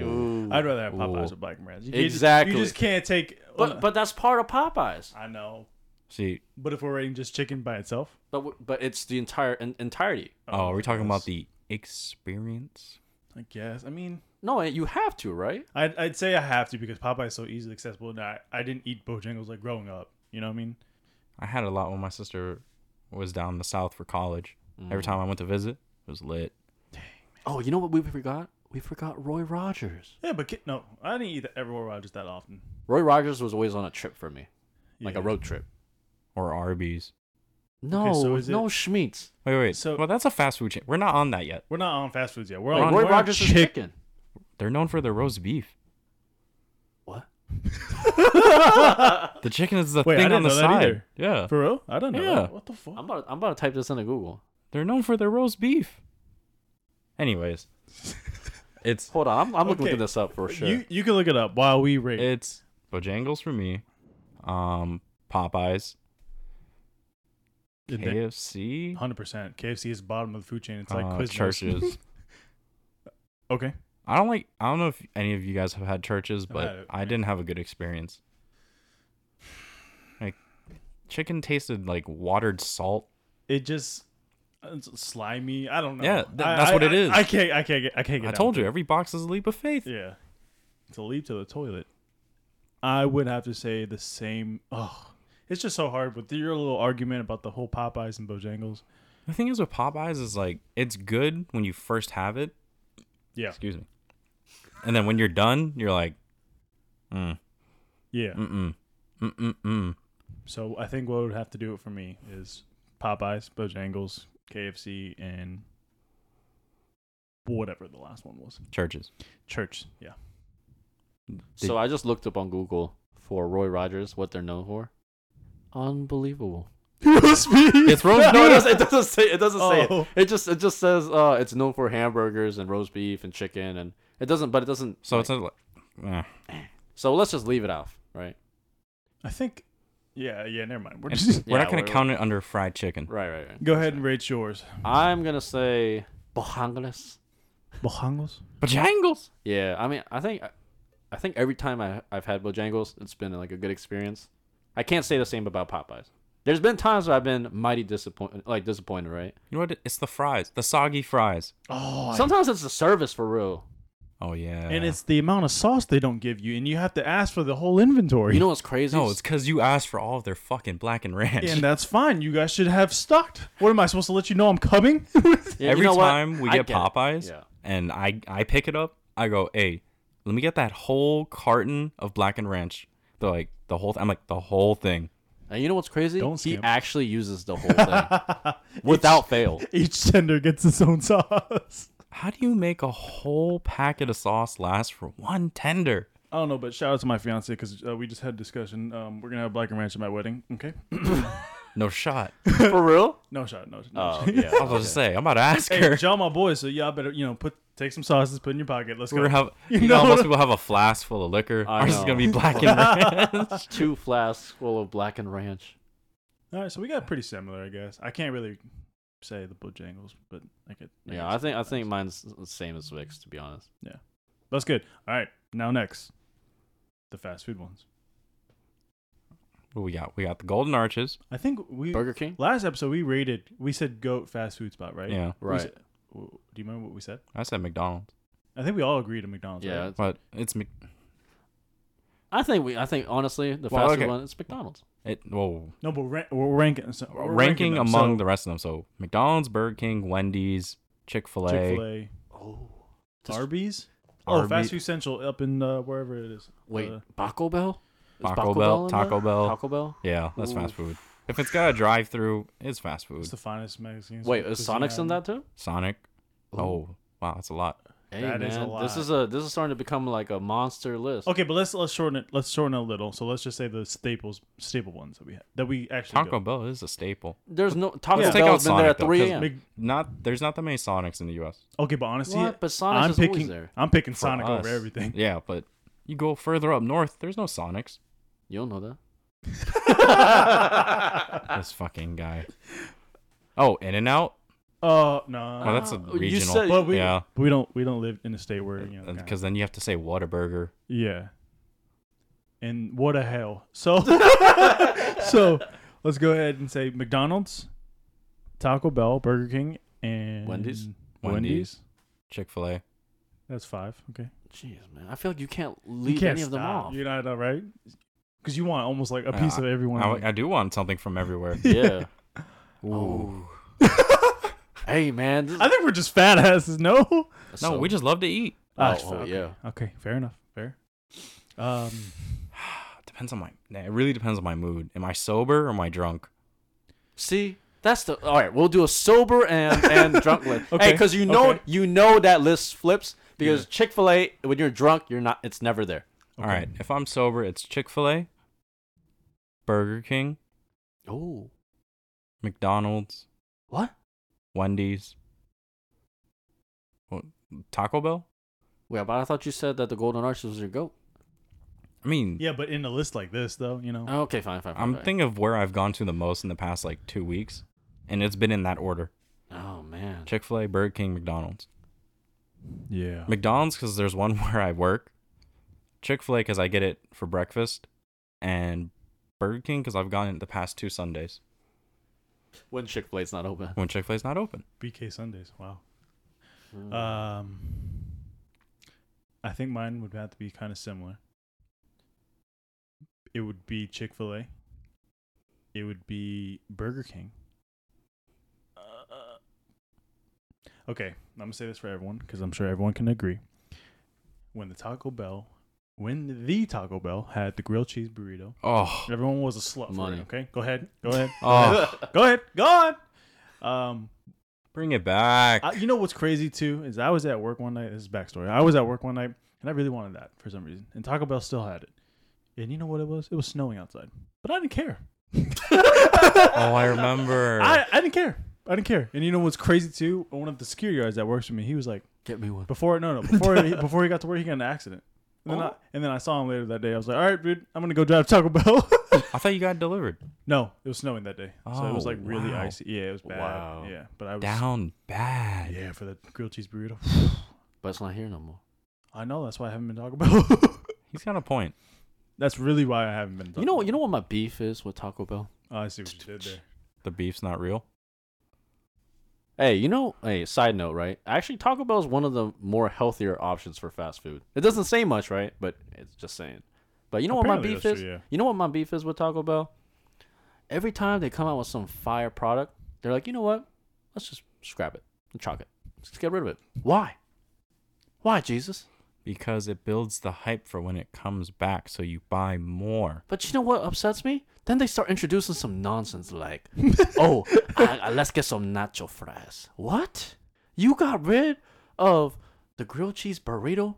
I'd rather have Popeyes Ooh. with Black and Ranch. You Exactly. Just, you just can't take. uh, But but that's part of Popeyes. I know. see. But if we're rating just chicken by itself, But w- but it's the entire in, entirety. Oh, Um, are we talking about that's- the experience? I guess. I mean, No, you have to, right? I'd, I'd say I have to because Popeye's so easily accessible. And I, I didn't eat Bojangles like growing up. You know what I mean? I had a lot when my sister was down in the south for college. Every Mm. time I went to visit, it was lit. Oh, you know what we forgot? We forgot Roy Rogers. Yeah, but ki- no, I didn't eat the everywhere Rogers that often. Roy Rogers was always on a trip for me, like a Yeah. road trip. Or Arby's. No, so is it- no Schmeats. Wait, wait. So, So- well, that's a fast food chain. We're not on that yet. We're not on fast foods yet. We're Like, on Roy we're on Rogers is chick- chicken. They're known for their roast beef. What? The chicken is the Wait, I thing didn't on the know that side. either. Yeah. For real? I don't know. Yeah. What the fuck? I'm about I'm about to type this into Google. They're known for their roast beef. Anyways, it's Hold on, I'm, I'm Okay. looking this up for sure. You you can look it up while we rate. it's Bojangles for me, um, Popeyes, It- KFC, 100%. KFC is bottom of the food chain. It's like uh, Quiznos. churches. okay. I don't like. I don't know if any of you guys have had churches, I've but had it, I didn't have a good experience. Like chicken tasted like watered salt. It just uh, it's slimy. I don't know. Yeah, th- I- that's I- what it I- is. I, can't. I can't get. I can't get. I down told with you, every box is a leap of faith. it. Yeah, to leap to the toilet. I would have to say the same. Oh, it's just so hard with your little argument about the whole Popeyes and Bojangles. The thing is with Popeyes is like it's good when you first have it. Yeah, Excuse me. And then when you're done, you're like, mm, yeah. mm, mm, mm, mm, mm. So I think what would have to do it for me is Popeyes, Bojangles, KFC, and whatever the last one was. Churches. Church. Yeah. So I just looked up on Google for Roy Rogers, what they're known for. Unbelievable. It's It's roast No, it beef. doesn't, it doesn't say. It doesn't say Oh. it. It just it just says uh, it's known for hamburgers and roast beef and chicken and it doesn't. But it doesn't. So it's not like, eh. So let's just leave it off, right? I think. Yeah. Yeah. Never mind. We're And just. we're Yeah, not gonna we're- count it under fried chicken. Right, right, right. Go ahead and rate yours. I'm gonna say Bojangles. Bojangles. Bojangles. Yeah, I mean, I think, I think every time I I've had Bojangles, it's been like a good experience. I can't say the same about Popeyes. There's been times where I've been mighty disappointed, like disappointed, right? You know what? It's the fries, the soggy fries. Oh. I- Sometimes it's the service for real. Oh yeah. and it's the amount of sauce they don't give you, and you have to ask for the whole inventory. You know what's crazy? no, it's because you asked for all of their fucking black and ranch. and that's fine. You guys should have stocked. What am I supposed to let you know I'm coming? Yeah, you Every know what? time we I get, it. Popeyes Yeah. and I, I pick it up, I go, hey, let me get that whole carton of black and ranch. They're like, the whole th-. I'm like, the whole thing. And you know what's crazy? Don't he skimp. actually uses the whole thing without fail. Each tender gets its own sauce. How do you make a whole packet of sauce last for one tender? I don't know, but shout out to my fiance because uh, we just had a discussion. Um, we're gonna have black and ranch at my wedding. Okay. No shot. For real? No shot. No. no Oh shot. yeah. I was about to say, I'm about to ask hey, her. John, my boy. So y'all better you know put take some sauces, put it in your pocket. Let's go. We're gonna have, you, You know, know most what- people have a flask full of liquor. I Ours is know. gonna be black and ranch. Two flasks full of black and ranch. All right, so we got pretty similar, I guess. I can't really say the Bojangles, but I could. I Yeah, I guess. think I think mine's the same as Vic's to be honest. that's good. All right, now next, the fast food ones. what we got? We got the Golden Arches. I think we Burger King? last episode we rated. We said goat fast food spot, right? Yeah, We said- w- do you remember what we said? I said McDonald's, I think we all agreed on McDonald's. Yeah. right? it's- but it's Mc- I think we I think honestly the Well, fast okay. food one is McDonald's. it. Whoa, No, but rank, we're ranking. So we're ranking, them, among so the rest of them. So McDonald's, Burger King, Wendy's, Chick Fil Chick Fil A. A, Oh. Just- Arby's. Oh, Fast Arby- Food Central up in uh, wherever it is. Wait, Uh, Taco Bell? Is Taco Bell, in Taco there? Bell. Taco Bell? Yeah, that's fast Ooh. food. If it's got a drive-through, it's fast food. it's the finest Mexican. Wait, is cuisine Sonic's in island. that too? Sonic. Ooh. Oh, wow, that's a lot. Hey That man, is a this lot. is a this is starting to become like a monster list. Okay, but let's let's shorten it. Let's shorten it a little. So let's just say the staples, staple ones that we had, that we actually Taco go. Bell is a staple. There's no Taco Let's take out Bell's been there Sonic, at though, three 'cause a.m. Mc- Not there's not that many Sonics in the U.S. Okay, but honestly, What? But Sonic's I'm is always picking there. I'm picking for Sonic over us. everything. Yeah, but you go further up north, there's no Sonics. You don't know that. This fucking guy. Oh, In and Out. Oh Oh, no, that's a Ah, you regional. said- but we yeah, we don't we don't live in a state where you know. kinda- because then you have to say Whataburger. Yeah. And what a hell. So so let's go ahead and say McDonald's, Taco Bell, Burger King, and Wendy's? Wendy's. Wendy's. Chick Fil A. That's five. Okay. Jeez, man, I feel like you can't leave can't any of them stop. off. You know, I know, right? Because you want almost like a Yeah, piece of everyone. I, I do want something from everywhere. Yeah. Ooh. hey, man. This Oh. I think we're just fat asses. No. is, No, we just love to eat. Ah, oh, fuck. yeah. Okay. Fair enough. Fair. Um, Depends on my. nah, It really depends on my mood. Am I sober or am I drunk? See, that's the all right. We'll do a sober and and drunk list. Okay. Okay, because you know okay. you know that list flips because Chick Fil A when you're drunk you're not it's never there. All right. If I'm sober, it's Chick Fil A, Burger King, Oh, McDonald's, what? Wendy's, what, Taco Bell. Wait, but I thought you said that the Golden Arches was your goat. I mean, yeah, but in a list like this, though, you know. Oh, Okay, fine, fine. fine I'm fine. thinking of where I've gone to the most in the past like two weeks, and it's been in that order: Oh man. Chick Fil A, Burger King, McDonald's. Yeah. McDonald's because there's one where I work. Chick Fil A because I get it for breakfast, and Burger King because I've gone the past two Sundays When Chick Fil A's not open. when Chick Fil A's not open. BK Sundays. Wow. Um, I think mine would have to be kind of similar. It would be Chick Fil A. It would be Burger King. Uh, okay, I'm gonna say this for everyone because I'm sure everyone can agree. When the Taco Bell, when the Taco Bell had the grilled cheese burrito, Oh, everyone was a slut. for Money. it, okay, go ahead, go ahead, oh, go ahead, go on. Um, bring it back. I, you know what's crazy too is I was at work one night. This is backstory. I was at work one night and I really wanted that for some reason, and Taco Bell still had it. And you know what it was? It was snowing outside, but I didn't care. oh, I remember. I, I didn't care. I didn't care. And you know what's crazy too? One of the security guards that works for me, he was like, Get me one. before no no before he, before he got to work, he got in an accident. And then, I, Oh. and then I saw him later that day. I was like, all right, dude, I'm gonna go drive Taco Bell. I thought you got delivered. no, it was snowing that day, so it was Oh, like really wow. icy. Yeah, it was bad. Wow. Yeah, but I was Down bad. yeah for the grilled cheese burrito. But it's not here no more. I know that's why I haven't been Taco Bell. He's got a point. That's really why I haven't been. You know what? You know what my beef is with Taco Bell. Oh, I see what you did there. The beef's not real. Hey, you know, hey, side note, right? Actually, Taco Bell is one of the more healthier options for fast food. It doesn't say much, right? But it's just saying. But you know Apparently what my beef that's is? true, yeah. You know what my beef is with Taco Bell? Every time they come out with some fire product, they're like, you know what? Let's just scrap it and chalk it. Let's just get rid of it. Why? Why, Jesus? because it builds the hype for when it comes back so you buy more But you know what upsets me? Then they start introducing some nonsense like, oh, I, I- let's get some nacho fries. What? You got rid of the grilled cheese burrito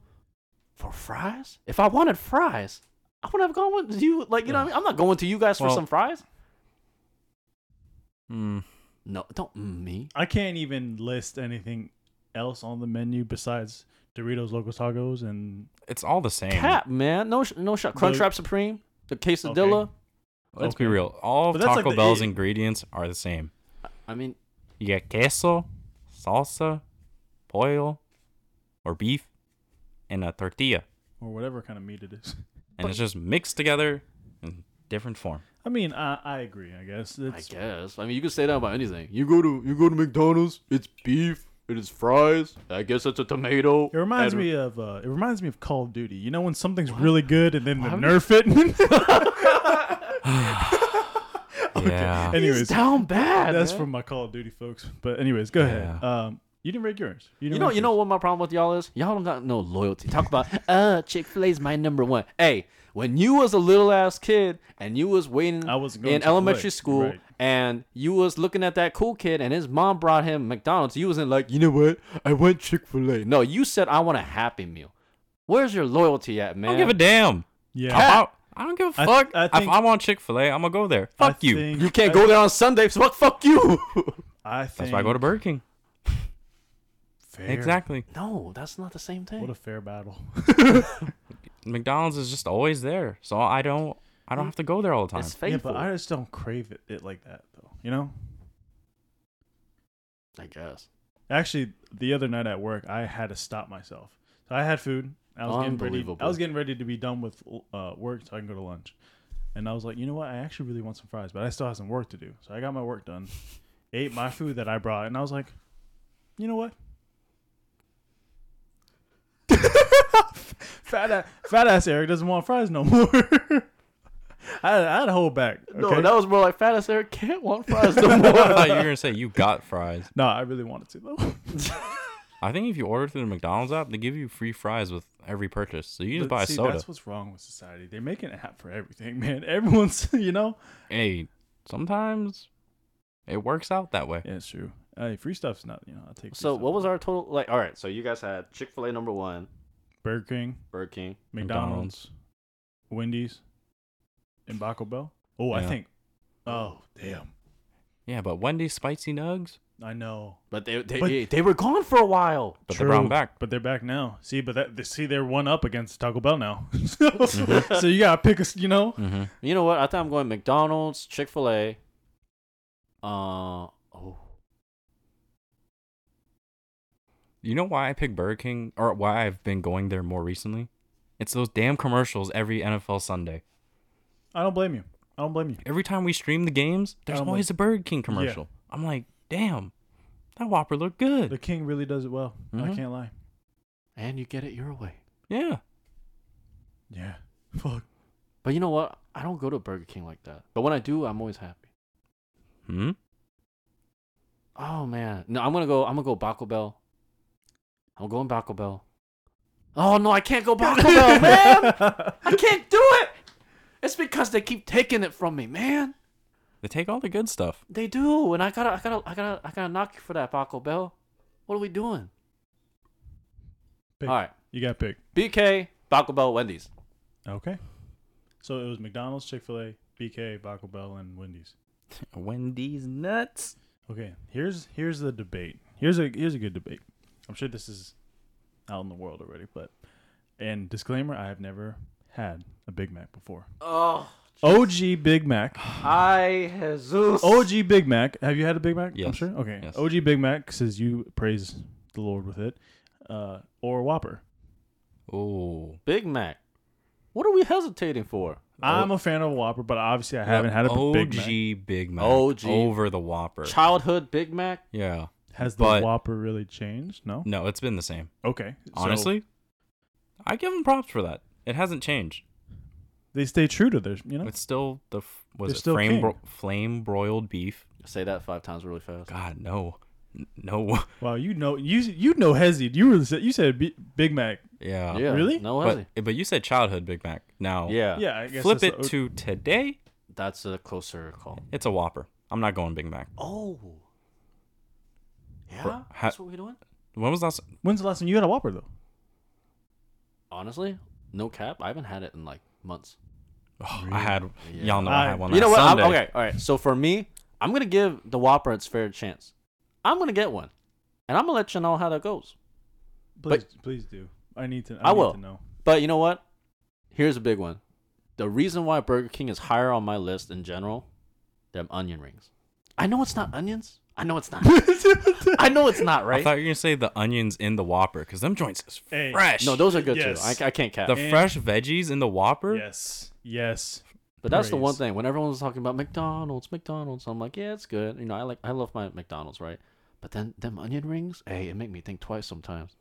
for fries? If I wanted fries, I would have gone with you. Like, you know what I mean? I'm not going to you guys for Well- some fries. mm. No, don't mm me. I can't even list anything else on the menu besides Doritos, Locos Tacos, and it's all the same Cap, man. No, sh- no shot. But- Crunchwrap Supreme, the quesadilla. let's be Okay. real all of But that's like taco the- bell's it- ingredients are the same I mean, you get queso salsa pollo or beef and a tortilla or whatever kind of meat it is. and it's just mixed together in different form I mean, I, I agree. I guess it's I guess. I mean, you can say that about anything. You go to you go to McDonald's. It's beef. It is fries. I guess it's a tomato. It reminds and- me of uh, it reminds me of Call of Duty. You know when something's really good and then they nerf it. yeah anyways, down bad. that's man. from my Call of Duty folks. But anyways, go ahead. Um, you didn't rate yours. You didn't know, rate you know what my problem with y'all is? Y'all don't got no loyalty. Talk about, uh, Chick Fil A's my number one. Hey, when you was a little ass kid and you was waiting I wasn't going in Chick-fil-A. elementary school Right. and you was looking at that cool kid and his mom brought him McDonald's, you wasn't like, you know what? I want Chick Fil A. No, you said I want a Happy Meal. Where's your loyalty at, i man? don't give a damn yours. If Yeah, I, I don't give a I th- fuck I if think- i want chick-fil-a i'm gonna go there I fuck you think- you can't go there on Sunday. Fuck, fuck you. I think that's why i go to burger king fair. exactly no, that's not the same thing. What a fair battle. mcdonald's is just always there so i don't i don't have to go there all the time it's yeah, faithful. but I just don't crave it, it like that though. You know. I guess. Actually, the other night at work, I had to stop myself. So I had food. I was getting ready. Unbelievable. I was getting ready to be done with uh, work so I can go to lunch. And I was like, you know what? I actually really want some fries, but I still have some work to do. So I got my work done, ate my food that I brought, and I was like, you know what? fat ass, fat ass Eric doesn't want fries no more. I, I had to hold back. No, okay? that was more like fat ass Eric can't want fries no more. I thought you were gonna say you got fries. no, I really wanted to though. I think if you order through the McDonald's app, they give you free fries with every purchase. So you can just But buy a see, soda. That's what's wrong with society. They make an app for everything, man. Everyone's, you know. Hey, sometimes it works out that way. Yeah, it's true. Hey, free stuff's not, you know. I take. free So stuff. what was our total? Like, all right. So you guys had Chick Fil A number one, Burger King, Burger King. McDonald's, Wendy's, and Taco Bell? Oh, I Yeah. think. Oh, damn. Yeah, but Wendy's spicy nugs, I know. But they they, But- they, were gone for a while. but they're brought 'em back. But they're back now. See, but that they, see, they're one up against Taco Bell now. so you gotta pick us, you know. Mm-hmm. You know what? I think I'm going McDonald's, Chick Fil A. Uh oh. You know why I picked Burger King or why I've been going there more recently? It's those damn commercials every NFL Sunday. I don't blame you. I don't blame you. Every time we stream the games, there's I'm always a Burger King commercial. I'm like, damn, that Whopper looked good. The king really does it well. I Mhm. can't lie. and you get it your way. yeah. Yeah. Fuck. But you know what? I don't go to Burger King like that. But when I do, I'm always happy. Hmm. Oh man, no, I'm gonna go. I'm gonna go Baco Bell. I'm going Baco Bell. Oh no, I can't go Baco Bell, man. I can't do it. It's because they keep taking it from me, man. They take all the good stuff. They do, and I gotta, I gotta, I gotta, I gotta knock you for that, Baco Bell. What are we doing? Pick. All right, You got picked. BK, Baco Bell, Wendy's. Okay. So it was McDonald's, Chick fil A, BK, Taco Bell, and Wendy's. Wendy's nuts. Okay, here's here's the debate. Here's a here's a good debate. I'm sure this is out in the world already, but and disclaimer, I have never had a Big Mac before. Oh, OG Big Mac. I Jesus. OG Big Mac. Have you had a Big Mac? I'm Yes. sure. Okay. Yes. OG Big Mac says you praise the Lord with it. Uh, or Whopper. Oh. Big Mac. What are we hesitating for? I'm a fan of Whopper, but obviously I haven't had a OG Big Mac. Big Mac. OG. over the Whopper. Childhood Big Mac. yeah. Has the but- Whopper really changed? No. No, it's been the same. Okay. so Honestly, I give them props for that. It hasn't changed. they stay true to their. You know. It's still the f- was They're it still flame king. bro- flame broiled beef. Say that five times really fast. God no, N- no. Wow. You know. You you know Hezzy. You were you said B- Big Mac. yeah. Yeah. Really? No way. But but you said childhood Big Mac. Now Yeah. Yeah. I guess flip that's it the O- to today. That's a closer call. It's a Whopper. I'm not going Big Mac. Oh. Yeah. Bro, ha- that's what we're doing. When was last? When's the last time you had a Whopper though? Honestly, no cap. I haven't had it in like months. Oh, I had. Yeah. Y'all know I, I- had one. you know last what? I'm- Sunday. okay. All right. So for me, I'm gonna give the Whopper its fair chance. I'm gonna get one, and I'm gonna let you know how that goes. Please, But- please do. I need to. I, I need will. to know. But you know what? Here's a big one. The reason why Burger King is higher on my list in general, them onion rings. I know it's not onions. I know it's not. I know it's not I right. thought you were gonna say the onions in the Whopper because them joints is Hey. fresh. No, those are good Yes. too. I, I can't cap. the And- fresh veggies in the Whopper. Yes. Yes. But that's the one Praise. thing. When everyone was talking about McDonald's, McDonald's, I'm like, yeah, it's good. You know, I like, I love my McDonald's, right? But then them onion rings, hey, it make me think twice sometimes.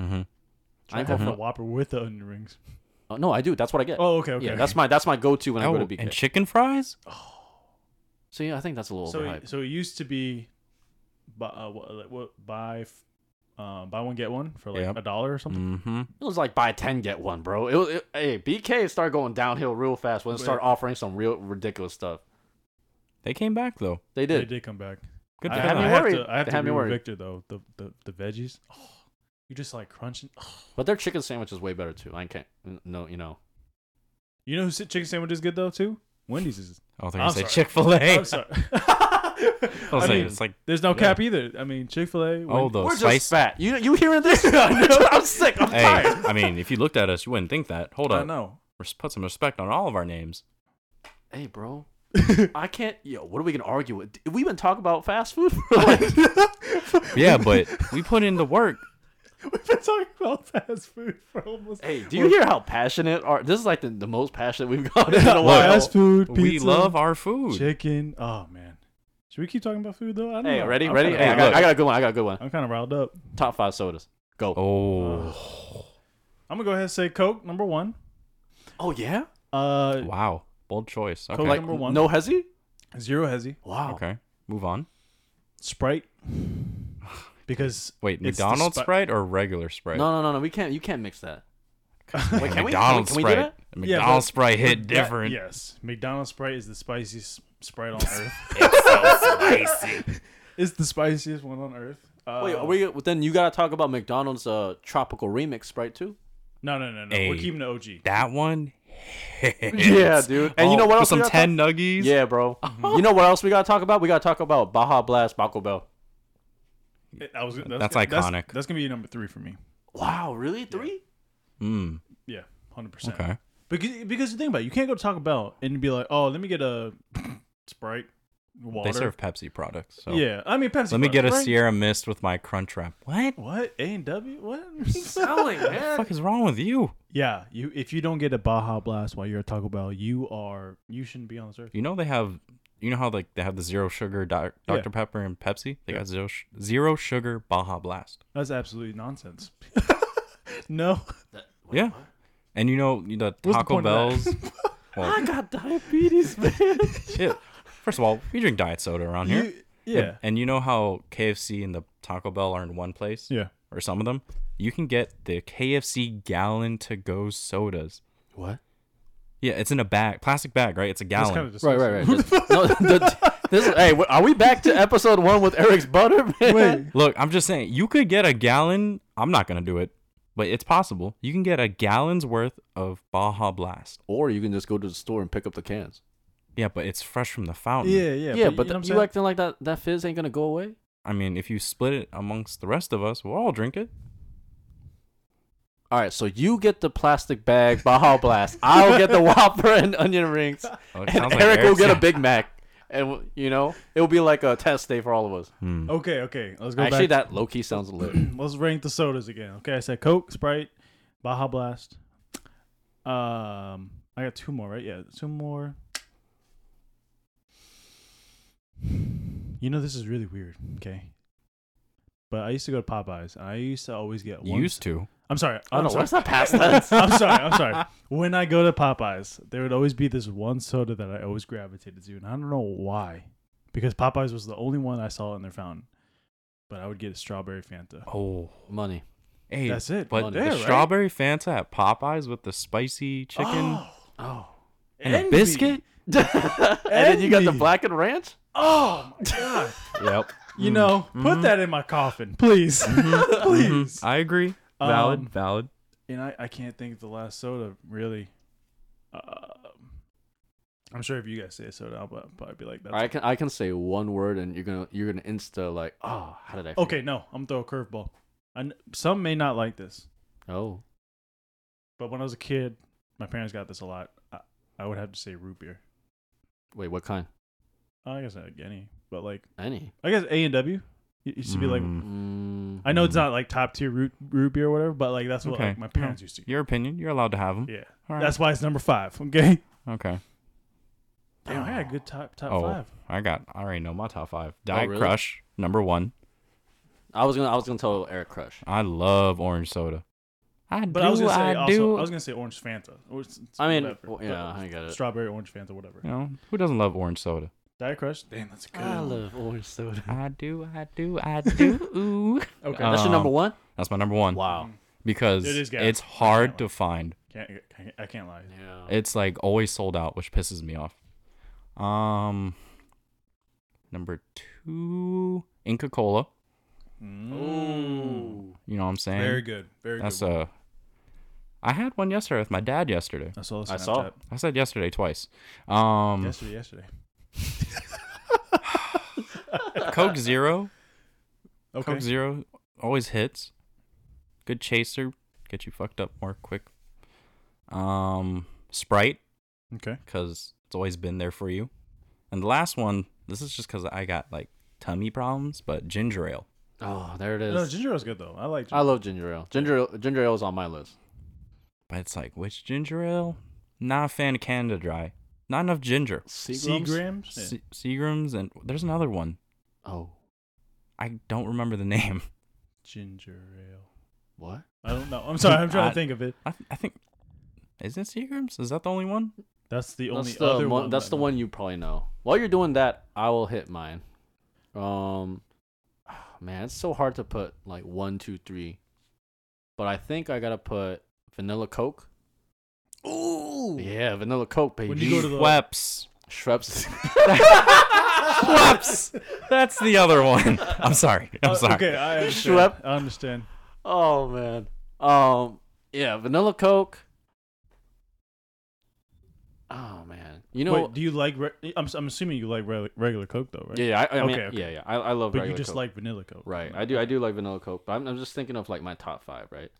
Mm-hmm. I I go have for a a- Whopper with the onion rings. Oh, no, I do. That's what I get. Oh, okay, okay. Yeah, that's my that's my go-to when I Oh, go to BK. and chicken fries. Oh, so yeah, I think that's a little so. overhyped. It, so it used to be, bu- uh, what, what, buy, f- uh, buy one get one for like a Yep. dollar or Mm. something. Mm-hmm. It was like buy ten get one, bro. It was it, hey BK started going downhill real fast when it started offering some real ridiculous stuff. They came back though. They They did. did come back. Good I, for have, me I them. have worried. to. I have They to had agree me with worried. Victor though. The the, the veggies. Oh, you just like crunching. Oh. But their chicken sandwich is way better too. I can't no, you know. You know who chicken sandwich is good though too. Wendy's is. Oh, they're I'm gonna say sorry. Chick Fil A. I'm sorry. I was I like, mean, it's like there's no yeah. cap either. I mean, Chick Fil A. oh the We're just spice. fat. You you hearing this? I'm sick. I'm Hey, tired. I mean, if you looked at us, you wouldn't think that. Hold I on, know. Res- put some respect on all of our names. Hey, bro. I can't. Yo, what are we gonna argue with? We've been talking about fast food for like. Yeah, but we put in the work. We've been talking about fast food for almost. hey, do you hear how passionate? Our, this is like the, the most passionate we've gotten in a while. fast food, pizza, we love our food. chicken. Oh man, should we keep talking about food though? I don't Hey, know. ready, I'm ready. Kinda, Hey, I got, look. I got a good one. I got a good one. I'm kind of riled up. Top five sodas. Go. Oh, Uh, Oh I'm gonna go ahead and say Coke number one. Oh, yeah. Uh, wow, bold choice. Okay, Coke Like number one. no hezzy. zero hezzy. Wow. okay, move on. Sprite. Because Wait, it's the McDonald's Spri- Sprite or regular Sprite? No, no, no, no. We can't. You can't mix that. Wait, can we- McDonald's can we- can we do Sprite. Yeah, McDonald's but- Sprite Yeah, hit different. yes, McDonald's Sprite is the spiciest Sprite on earth. It's so spicy. it's the spiciest one on earth. Uh, Wait, are we? well, Then you gotta talk about McDonald's uh tropical remix Sprite too. No, no, no, no. We're Hey. keeping the OG. That one. Hits. Yeah, dude. And you know Oh, what with else we Some gotta ten nuggies. Yeah, bro. You know what else we gotta talk about? We gotta talk about Baja Blast, Baco Bell. I was, that's, That's gonna- iconic. That's, gonna be number three for me. Wow, really? Three? Mm, Yeah, hundred percent. okay. Because because you think about it, you can't go to Taco Bell and be like, oh, let me get a Sprite. water. They serve Pepsi products. So Yeah, I mean Pepsi. Let me get a products, right? Sierra Mist with my Crunch Wrap. What? What What A and W? What? Selling, the man. fuck is wrong with you? yeah, you. If you don't get a Baja Blast while you're at Taco Bell, you are you shouldn't be on this earth. You know they have, you know how like they have the zero sugar doc, Yeah. Dr Pepper and Pepsi. They got zero sh- zero sugar Baja Blast. That's absolutely nonsense. no, yeah, and you know the What's the Taco point of Bell's. that? well, got diabetes, man. yeah. First of all, we drink diet soda around here. You- yeah, And you know how KFC and the Taco Bell are in one place, yeah. or some of them. You can get the KFC gallon to go sodas. What? Yeah, it's in a bag, plastic bag, right? It's a That's gallon. kind of Right, disgusting. right, right. Just- no, the, this, hey, wh- are we back to episode one with Eric's butter, man? Wait, Look, I'm just saying, you could get a gallon. I'm not gonna do it, but it's possible. You can get a gallon's worth of Baja Blast. Or you can just go to the store and pick up the cans. Yeah, but it's fresh from the fountain. yeah, yeah. Yeah, you but know what the- I'm you, saying? acting like that, that fizz ain't gonna go away? I mean, if you split it amongst the rest of us, we'll all drink it. All right, so you get the plastic bag Baja Blast. I'll get the Whopper and onion rings, Oh, it and sounds Eric like will Eric's- get a Big Mac. And w- you know, it will be like a test day for all of us. Hmm. okay, okay. Let's go Actually, back. that low key sounds lit. Let's rank the sodas again. Okay, I said Coke, Sprite, Baja Blast. Um, I got two more, right? Yeah, two more. You know this is really weird, okay? But I used to go to Popeyes, and I used to always get one. Used to. I'm sorry. I I'm don't know sorry. what's that past tense. I'm sorry. I'm sorry. When I go to Popeyes, there would always be this one soda that I always gravitated to, and I don't know why, because Popeyes was the only one I saw in their fountain. But I would get a strawberry Fanta. Oh, Money. hey, That's it. But Right the there, right? strawberry Fanta at Popeyes with the spicy chicken Oh. and a biscuit. And then you got the Envy. black and ranch. Oh my god! Yep. Mm-hmm. you know, put that in my coffin, please, please. I agree. Valid. Um, valid. And I, I can't think of the last soda really. Um I'm sure if you guys say a soda, I'll probably be like that. I can I can say one word and you're gonna you're gonna insta like oh how did I Okay, no, I'm gonna throw a curveball. I kn- Some may not like this, oh but when I was a kid, my parents got this a lot. I, I would have to say root beer. wait what kind I guess not any, but like any I guess A and W It used to be like. Mm. mm, Hmm. I know it's not like top tier root root beer or whatever, but like that's what Okay. like, my parents used to. Your opinion. You're allowed to have them. Yeah. All right. That's why it's number five. Okay. okay. Damn, I had a good top top Oh. five. Oh, I got. I already know my top five. Diet really? Crush number one. I was gonna I was gonna tell Eric Crush I love orange soda. I But do. I was gonna say I also do. I was gonna say orange Fanta. Or s- s- I mean whatever. well, yeah But I got it strawberry orange Fanta, whatever. you know who doesn't love orange soda? Diet Crush. Damn, that's a good. I one. Mm. love orange soda Hmm. I do. I do. I do. Okay. Um, Uh, that's your number one That's my number one. wow Because It is gas. it's hard to find. can't, can't- I can't lie. yeah It's like always sold out, which pisses me off. Um, number two, Inca Cola. Mm. You know what I'm saying? Very good. Very That's good. uh, I had one yesterday with my dad yesterday. I saw this. I saw. I said yesterday twice. Mm. Um, yesterday. Yesterday. Coke Zero. Okay. Coke Zero always hits. Good chaser, get you fucked up more quick. Um, Sprite, Okay. because it's always been there for you. And the last one, this is just because I got like tummy problems, but ginger ale. oh there it is No, ginger ale's good though. I like. Ginger. I love ginger ale ginger ale- ginger ale is on my list But it's like, which ginger ale? Not a fan of Canada Dry. Not enough ginger. Seagrams. Yeah. Se- Seagram's and there's another one. oh I don't remember the name. Ginger ale. what I don't know. I'm sorry. I'm trying I- to think of it. I, th- I think is it Seagram's? Is that the only one? That's the only that's the other one, one. that's that- the one you probably know while you're doing that I will hit mine um man it's so hard to put like one two three but I think I gotta put vanilla coke Ooh. Yeah, vanilla coke, baby. When you go to the- Schweppes. Schweppes. Schweppes. That's the other one. I'm sorry. I'm Uh, sorry. Okay, I understand. Schwepp. I understand. oh man. Um. Yeah, vanilla coke. Oh man. You know. Wait, do you like? Re- I'm, I'm assuming you like re- regular Coke though, right? yeah, yeah. I, I mean, Okay, okay. yeah, yeah. I, I love. But you regular just Coke. like vanilla Coke, Right. I do. I do like vanilla coke. But I'm, I'm just thinking of like my top five. Right.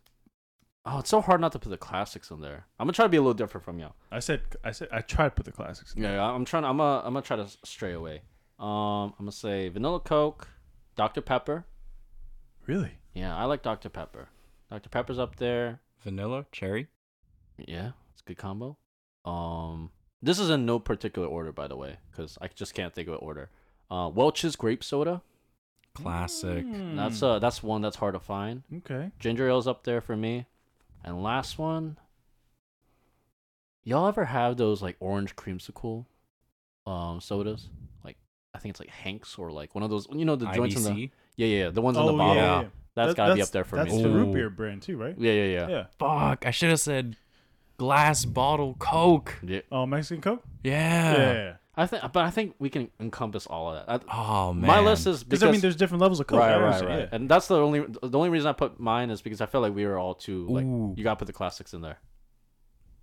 Oh, it's so hard not to put the classics in there. I'm gonna try to be a little different from y'all. I said. I said. I tried to put the classics. in. Yeah, I'm trying. I'm a. I'm gonna try to stray away. Um, I'm gonna say vanilla Coke, Dr Pepper. Really? Yeah, I like Dr Pepper. Dr Pepper's up there. Vanilla, cherry. Yeah, it's a good combo. Um, this is in no particular order, by the way, because I just can't think of an order. Uh, Welch's grape soda. Classic. Mm. That's uh, that's one that's hard to find. Hmm. okay. Ginger ale's up there for me. And last one. Y'all ever have those like orange creamsicle um sodas? Like I think it's like Hanks or like one of those you know the joints in the IBC. Yeah, yeah, yeah, the ones in the bottle. yeah. Oh, That's That- gotta be up there for that's me the too. root Ooh. beer brand too, right? Yeah, yeah, yeah. Fuck, I should have said glass bottle Coke. Yeah. Oh, Mexican Coke. Yeah. yeah. I think but I think we can encompass all of that. I, Oh man. my list is Because because I mean, there's different levels of Coke. right, I right, understand, right. yeah. And that's the only the only reason I put mine is because I felt like we were all too like Ooh. you gotta put the classics in there.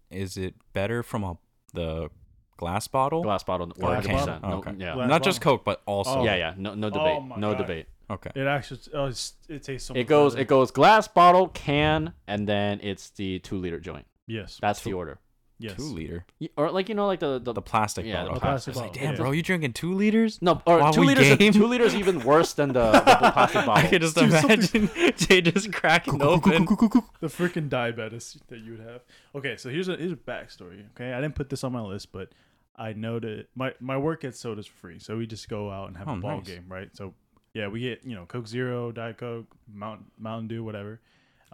Is it better from a the glass bottle? Glass bottle, one hundred Okay. percent. okay. Yeah, Glass Not just bottle. Coke, but also. Oh. yeah, yeah. No, no debate. my no God. debate. Okay. It actually, oh, it's, it tastes so. It much goes better. it goes glass bottle, can, and then it's the two liter joint. Yes. That's the order. yes. Two liter. Y- Or like you know like the the, The plastic Yeah, the bottle. I plastic was bottle. like, damn, Yeah. bro, you drinking two liters? no or Wow, two we liters game? two liters even worse than the, the plastic I bottle. could just Dude, imagine Jay just cracking open. The freaking diabetes that you would have. Okay, so here's a here's a backstory. Okay, I didn't put this on my list, but I know that my my work gets sodas for free, so we just go out and have Oh, a ball nice. game, right? So yeah, we get you know Coke Zero, Diet Coke, Mountain Mountain Dew, whatever.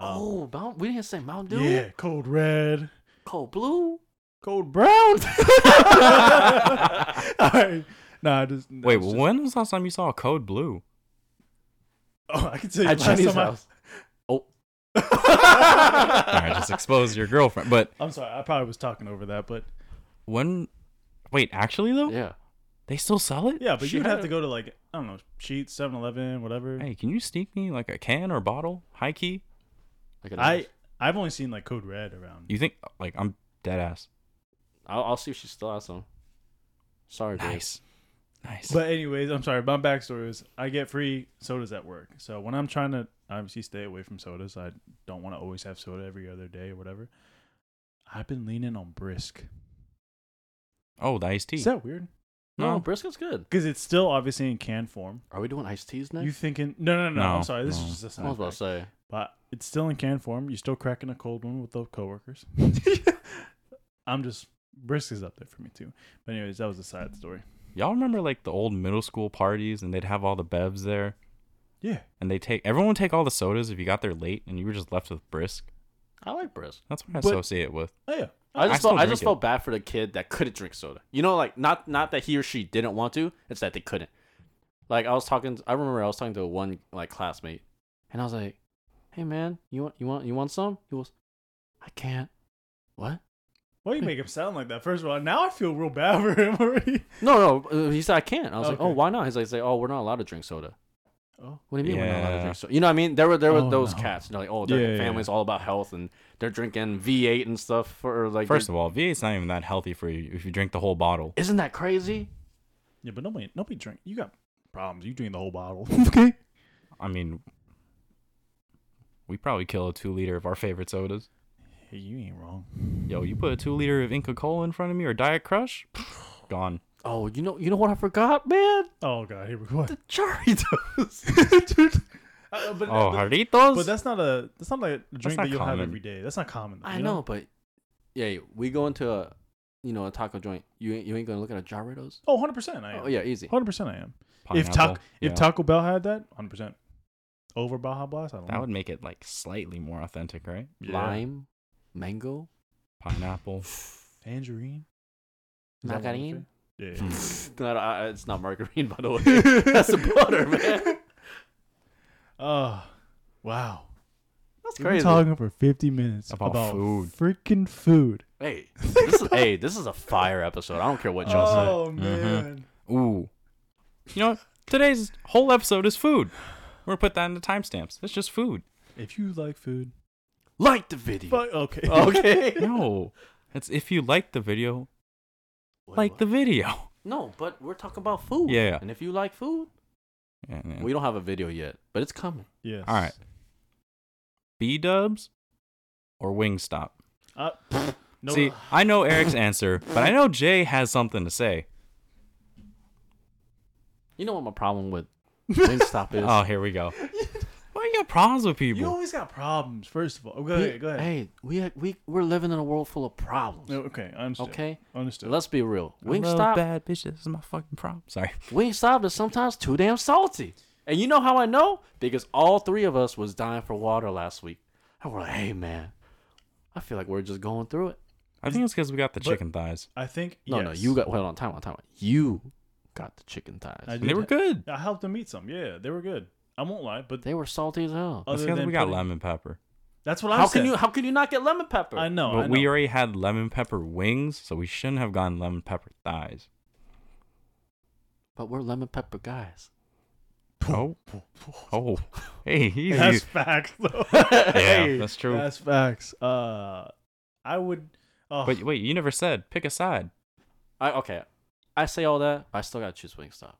Oh, Mount, we didn't say Mountain Dew. Yeah, cold red, Cold Blue. cold brown. All right. Nah, I just Wait, that's just- when was the last time you saw a code blue? Oh, I can tell you At last time Jenny's I- house. All right, just expose your girlfriend. But I'm sorry, I probably was talking over that, but when? Wait, actually though, Oh, Yeah. they still sell it. yeah, but She you'd had have a- to go to like I don't know, Sheets, 7-Eleven, whatever. Hey, can you sneak me like a can or bottle? High key. Like an I ass. I've only seen like Code Red around. You think like I'm dead ass? I'll, I'll see if she still has some. Sorry, babe. Nice, nice. But anyways, I'm sorry. My backstory is I get free sodas at work. So when I'm trying to obviously stay away from sodas, I don't want to always have soda every other day or whatever. I've been leaning on brisk. oh, the iced tea. Is that weird? No, No. brisket's good. Because it's still obviously in can form. Are we doing iced teas next? You thinking? No, no, no. No, I'm sorry. This no. is just a I was side about fact. to say. But it's still in can form. You're still cracking a cold one with the coworkers. I'm just brisk is up there for me too. But anyways, that was a side story. Y'all remember like the old middle school parties and they'd have all the bevs there Yeah. and they take everyone would take all the sodas if you got there late and you were just left with brisk. I like brisk. That's what I But- associate it with. Oh yeah. I I just still felt, I drink just it. felt bad for the kid that couldn't drink soda. You know, like not not that he or she didn't want to, it's that they couldn't. Like I was talking, I remember I was talking to one like classmate, and I was like, "Hey man, you want you want you want some?" He was, "I can't." What? Why you make him sound like that? First of all, now I feel real bad for him already. No, no. uh, He said, "I can't." I was like, "Oh, Okay. why not?" He's like, "Oh, we're not allowed to drink soda." Oh. What do you mean we're not allowed to Yeah. drink soda? You know what I mean? There were there were Oh, those no. cats. You know, like, oh, their Yeah, yeah, family's all about health, and they're drinking V8 and stuff for like. First of all, V8's not even that healthy for you if you drink the whole bottle. isn't that crazy? Yeah, but nobody, nobody drink. You got problems. You drink the whole bottle. okay. I mean, we probably kill a two liter of our favorite sodas. Hey, you ain't wrong. Yo, you put a two liter of Inca Cola in front of me or Diet Crush, gone. Oh, you know, you know what I forgot, man? Oh God, here we go. The Doritos. Dude. Uh, but, Oh, but, Jarditos. but that's not a that's not like a drink not that you'll have common. every day. That's not common. I you know, but yeah, we go into a, you know, a taco joint. You ain't- you ain't gonna look at a Doritos. Oh, 100 percent. I am. Oh yeah, easy. 100 percent. I am. If Pineapple, Taco if yeah. Taco Bell had that, 100 percent over Baja Blast. I don't that know. would make it like slightly more authentic, right? Yeah. Lime, mango, Pineapple. Tangerine. Is that what you margarine. say? Yeah. Hmm. yeah. No, no, I- it's not margarine, by the way. That's the butter, man. Oh, wow. That's We've been crazy. talking for 50 minutes About food. freaking food. Hey, this is hey, this is a fire episode. I don't care what y'all say. Oh man. man. Ooh. You know, what? today's whole episode is food. We're gonna put that into timestamps. It's just food. If you like food, Like the video. but okay. Okay. No, it's if you like the video, Wait, like what? the video. No, but we're talking about food. Yeah. And if you like food, Yeah, yeah. we don't have a video yet, but it's coming. Yes. All right. B Dubs or Wingstop. Uh, no. See, I know Eric's answer, but I know Jay has something to say. You know what my problem with Wingstop is? Oh, here we go. Why you got problems with people? You always got problems. First of all, oh, go We- ahead. Go ahead. Hey, we we we're living in a world full of problems. No, okay, I understand. Okay, understood. let's be real. I love Wingstop, bad bitch. This is my fucking problem. Sorry. Wingstop is sometimes too damn salty. And you know how I know? Because all three of us was dying for water last week, and we're like, "Hey, man, I feel like we're just going through it." I think it's because we got the But- chicken thighs. I think No, yes. no, you got hold on, time on, time on. You got the chicken thighs. I And they did were ha- good. I helped them eat some. Yeah, they were good. I won't lie, but They were salty as hell. It's other because than we got pudding- lemon pepper. That's what I how said. can you how can you not get lemon pepper? I know. Oh, I but know. we already had lemon pepper wings, so we shouldn't have gotten lemon pepper thighs. but we're lemon pepper guys. Oh, oh, hey, easy. That's facts, though. yeah, that's true. That's facts. Uh, I would. Oh, But wait, you never said pick a side. I okay. I say all that, but I still gotta choose Wingstop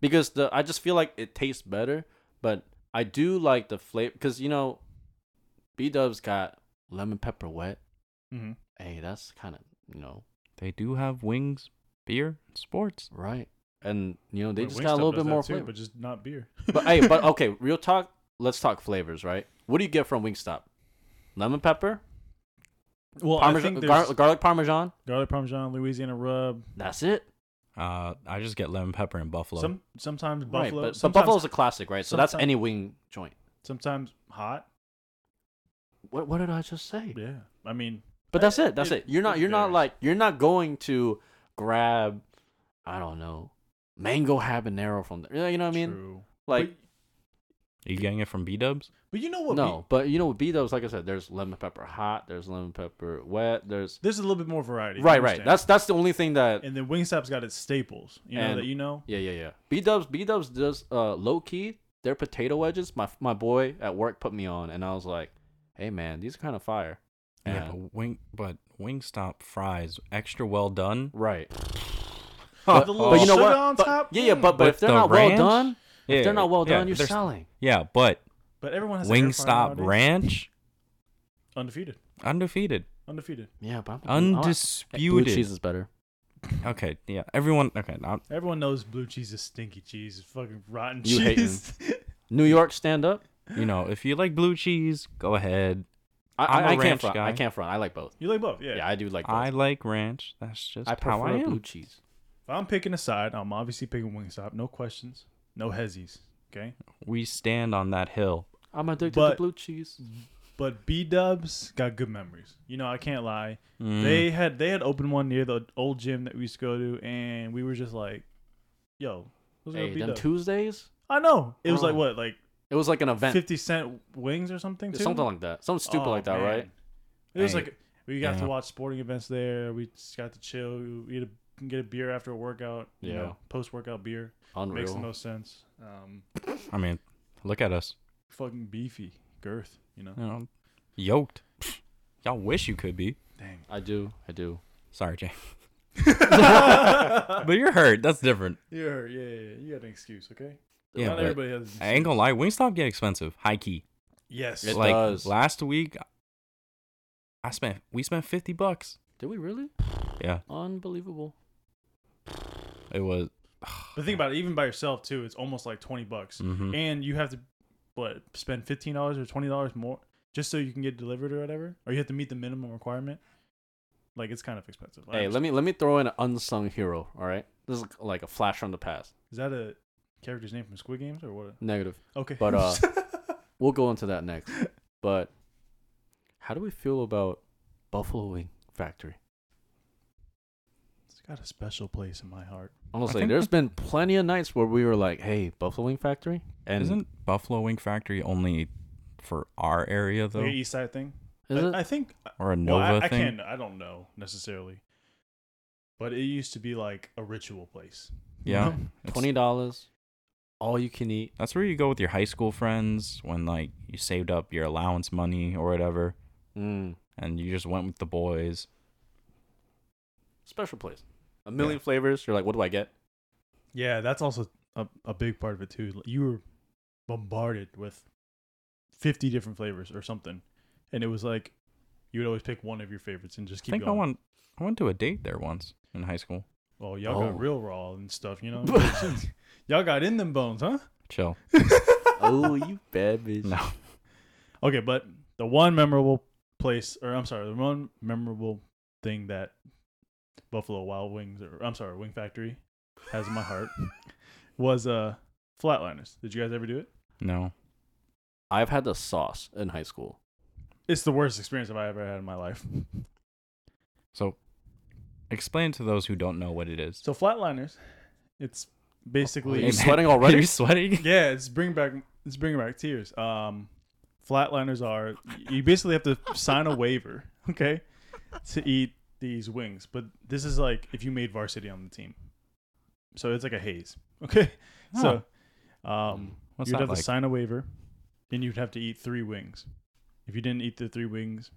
because the I just feel like it tastes better. But I do like the flavor because you know, B Dub's got lemon pepper wet. mhm. Hey, that's kind of you know They do have wings, beer, and sports. right, and you know they Wait, just got a Wingstop little does bit that more too, flavor. but just not beer. But hey, but uh, okay, real talk. Let's talk flavors, right? What do you get from Wingstop? Lemon pepper, well, I parmesan, think gar- there's garlic parmesan. garlic parmesan, Louisiana rub. That's it. Uh, I just get lemon pepper and buffalo. Some sometimes buffalo. right, but, but sometimes, buffalo's a classic, right? So that's sometime- any wing joint. sometimes hot. What, what did I just say? Yeah, I mean, But that's it. That's It- it. You're not. it You're not varies. like. You're not going to grab. I don't know, mango habanero from there. You know what I mean? true. Like you getting it from B Dubs? but, but you know what? no, but you know with B those like I said, there's lemon pepper hot, there's lemon pepper wet, there's we- there's a little bit more variety. I right, right. understand. That's that's the only thing that. and then Wingstop's got its staples. You know And- that you know. Yeah, yeah, yeah. B Dubs, B Dubs does uh low key their potato wedges. My my boy at work put me on, and I was like, hey man, these are kind of fire. Yeah, And- but wing, but Wingstop fries extra well done. right. With the little But you know sugar what? on But- top. yeah, yeah. But but With if they're the not ranch? well done, Yeah, if they're not well yeah, done, you're there's- selling. Yeah, but But everyone has an air fryer Wingstop nowadays. Ranch Undefeated. undefeated, Undefeated. Yeah, but I'm Blue undisputed. cheese is better. Okay, yeah, everyone. Okay, I'm, Everyone knows blue cheese is stinky cheese. It's fucking rotten You hating. cheese. New York stand up. you know, if you like blue cheese, go ahead. I, I'm a I, I can't ranch front. I guy. can't front. I like both. you like both, yeah. Yeah, I do like both. I I, like ranch. That's just how prefer I blue am. cheese. If I'm picking a side, I'm obviously picking Wingstop. No questions. No hezzies. Okay. We stand on that hill. I'm addicted to But- blue cheese. But B Dubs got good memories. You know, I can't lie. Mm. They had they had opened one near the old gym that we used to go to, and we were just like, "Yo, what's Hey, up, B them Dub?" Tuesdays. I know it was like Bro. what, like It was like an event, fifty cent wings or something. Too? something like that, something stupid Oh, like that, man. right? It was Hey, like we got yeah. to watch sporting events there. We just got to chill. We had a, get a beer after a workout. You Yeah. know, post workout beer makes the Unreal. most sense. Um, I mean, look at us. fucking beefy girth. You know, You know, yoked. Y'all wish you could be. dang. I do, I do. Sorry, Jay. but you're hurt. That's different. You're yeah, yeah, yeah, you got an excuse, okay? Yeah, Not but everybody has. I ain't gonna lie. Wingstop get expensive. High key. Yes. It like does. last week, I spent we spent fifty bucks. Did we really? Yeah, Unbelievable. it was. But think about it, even by yourself too, it's almost like twenty Mm-hmm. bucks, Mhm. and you have to what spend fifteen dollars or twenty dollars more just so you can get delivered or whatever, or you have to meet the minimum requirement. Like it's kind of expensive. I Hey, let understand. me let me throw in an unsung hero. All right, this is like a flash from the past. Is that a character's name from Squid Games or what? Negative. Okay. But, uh, We'll go into that next. But how do we feel about Buffalo Wing Factory? it's got a special place in my heart. Honestly, think there's that- been plenty of nights where we were like, "Hey, Buffalo Wing Factory," and Isn't Buffalo Wing Factory only for our area though, Like an East Side thing. is I, it? I think. uh, or Well, a Nova I, I thing? can't. I don't know necessarily. But it used to be like a ritual place. you Yeah, know? it's- Twenty dollars, all you can eat. That's where you go with your high school friends when like you saved up your allowance money or whatever, Mm. and you just went with the boys. Special place. A million flavors. You're like, what do I get? Yeah, that's also a, a big part of it too. Like, You were bombarded with 50 different flavors or something. And it was like you would always pick one of your favorites and just I keep think going. I went I went to a date there once in high school. Well, y'all Oh. got real raw and stuff, you know. y'all got in them bones, huh? Chill. oh, you bad bitch. No. Okay, but the one memorable place, or I'm sorry, the one memorable thing that Buffalo Wild Wings, or I'm sorry, Wing Factory, has in my heart was uh Flatliners. Did you guys ever do it? No. I've had the sauce in high school. It's the worst experience I've ever had in my life. So explain to those who don't know what it is. So Flatliners, it's basically Are you sweating already? You're sweating? yeah, it's bring back it's bringing back tears. Um, flatliners are you basically have to sign a waiver, okay, to eat these wings. But this is like if you made varsity on the team, so it's like a haze, okay. So, um, What's you'd that have like? to sign a waiver, and you'd have to eat three wings. If you didn't eat the three wings,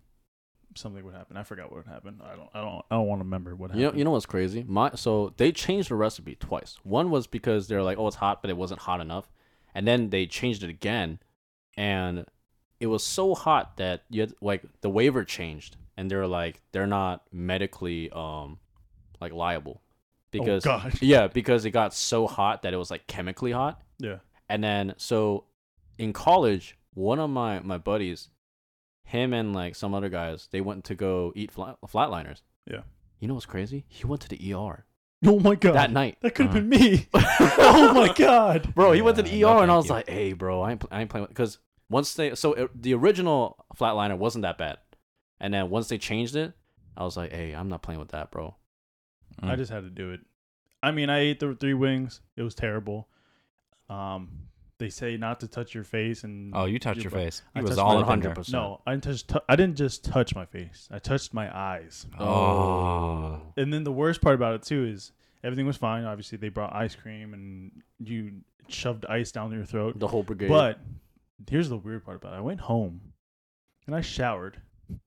something would happen. I forgot what happened. I don't. I don't. I don't want to remember what happened. You know, you know what's crazy? My so they changed the recipe twice. One was because they're like, oh, it's hot, but it wasn't hot enough, and then they changed it again, and it was so hot that you had, like the waiver changed, and they're like, they're not medically um like liable because Oh, God. yeah, because it got so hot that it was like chemically hot, yeah. and then so in college, one of my my buddies, him and like some other guys, they went to go eat flat, flatliners. Yeah. You know what's crazy? He went to the ER Oh my god. that night. That Uh-huh. could have been me. oh my god. Bro, he went to Yeah, the ER no, and I thank was you. like, "Hey, bro, I ain't, pl- I ain't playing because once they so it, the original flatliner wasn't that bad, and then once they changed it, I was like, "Hey, I'm not playing with that, bro." Mm. I just had to do it. I mean, I ate the three wings. It was terrible. Um, they say not to touch your face, and Oh, you touched your butt. face. I It was touched all my- up in there. 100%. No, I didn't touch. I didn't just touch my face. I touched my eyes. Oh. Oh. And then the worst part about it too is everything was fine. Obviously, they brought ice cream, and you shoved ice down your throat. the whole brigade. But here's the weird part about it. I went home, and I showered.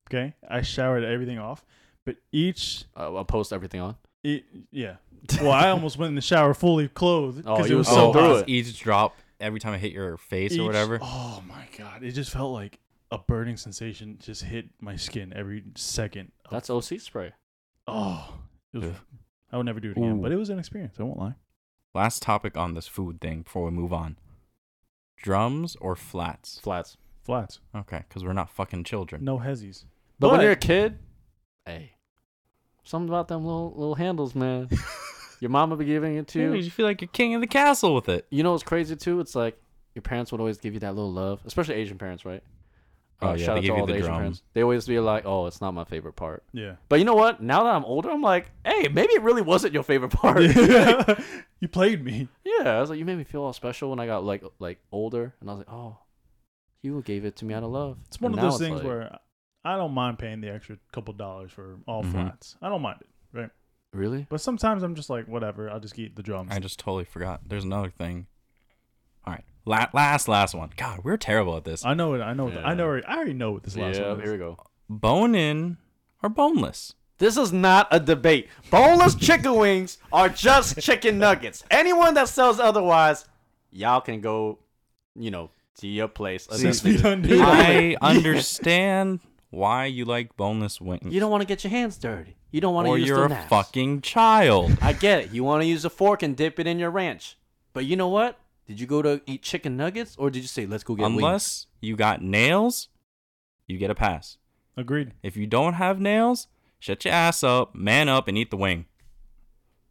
Okay, I showered everything off, but each uh, I'll post everything on. It, yeah. Well, I almost went in the shower fully clothed Oh, because it you was were so oh, so hot. through does it. each drop every time I hit your face Each- or whatever. Oh my god! It just felt like a burning sensation just hit my skin every second. of- That's OC spray. oh, it was, Ugh. I would never do it again. Ooh. But it was an experience. I won't lie. Last topic on this food thing before we move on. Drums or flats? Flats. Flats, Okay, because we're not fucking children. no hezzies. But, when But- you're a kid, hey, something about them little little handles, man. Your mama be giving it to Dude, you feel like you're king of the castle with it. you know what's crazy too? It's like your parents would always give you that little love, especially Asian parents, right? Uh, Oh, yeah, they give you the drum. They always be like, "Oh, it's not my favorite part." Yeah. But you know what? Now that I'm older, I'm like, "Hey, maybe it really wasn't your favorite part." you played me. yeah, I was like, "You made me feel all special when I got like like older," and I was like, "Oh, you gave it to me out of love." It's one And of now those things like- where I don't mind paying the extra couple dollars for all Mm-hmm. Mhm. flats. I don't mind it, right? really But sometimes I'm just like, whatever. I'll just eat the drums. I just totally forgot. There's another thing. All right, La- last, last one. God, we're terrible at this. I know it. I know. It, I Yeah. know. already- I already know what this last yeah. one is. Here we go. Bone in or boneless? This is not a debate. Boneless chicken wings are just chicken nuggets. Anyone that sells otherwise, y'all can go, you know, to your place. Six feet under. I understand why you like boneless wings. You don't want to get your hands dirty. You don't want to or use you're the a knives. fucking child. I get it. You want to use a fork and dip it in your ranch. But you know what? Did you go to eat chicken nuggets or did you say let's go get wings? Unless you got nails, you get a pass. Agreed. If you don't have nails, shut your ass up, man up, and eat the wing.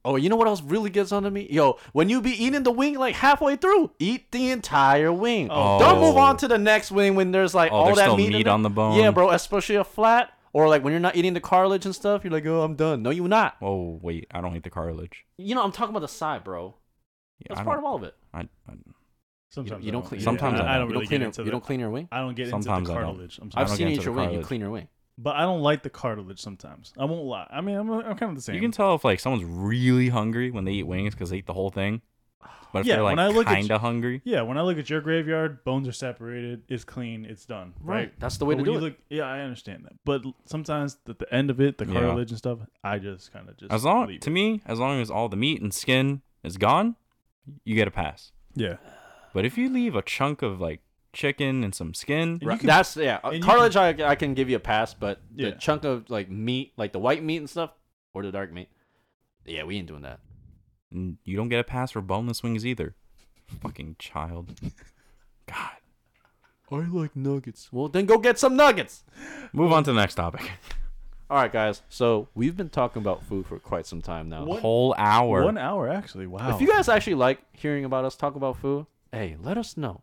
Oh, you know what else really gets onto me? Yo, when you be eating the wing like halfway through, eat the entire wing. Oh. Don't move on to the next wing when there's like Oh, all there's that still meat, in meat it. on the bone. Yeah, bro, especially a flat or like when you're not eating the cartilage and stuff, you're like, "Oh, I'm done." No, you're not. Oh wait, I don't eat the cartilage. You know, I'm talking about the side, bro. Yeah, That's I part don't- of all of it. I, I, Sometimes I you don't clean- Sometimes yeah, I I, I don't. don't You really don't clean get your, into you the, don't clean your wing. I don't get Sometimes into the I don't. cartilage. I'm sorry, I've don't get seen you into the eat your wing. You cartilage. clean your wing. but I don't like the cartilage sometimes. I won't lie. I mean, I'm, I'm kind of the same. you can tell if like someone's really hungry when they eat wings because they eat the whole thing. But if Yeah, they're like when I look at kinda hungry, yeah, when I look at your graveyard, bones are separated. It's clean. It's done. Right. That's the way But to when do it. you Look, yeah, I understand that. But l- sometimes at the end of it, the Yeah. cartilage and stuff, I just kind of just as long leave to it. me, as long as all the meat and skin is gone, you get a pass. Yeah. But if you leave a chunk of like chicken and some skin, And you Right. can- That's yeah. Uh, and you Cartilage, I, I can give you a pass, but Yeah. the chunk of like meat, like the white meat and stuff, or the dark meat, Yeah, we ain't doing that. And you don't get a pass for boneless wings either. Fucking child. God. I like nuggets. Well, then go get some nuggets. Move on to the next topic. All right, guys. So we've been talking about food for quite some time now. What? Whole hour. One hour, actually. Wow. If you guys actually like hearing about us talk about food, hey, let us know.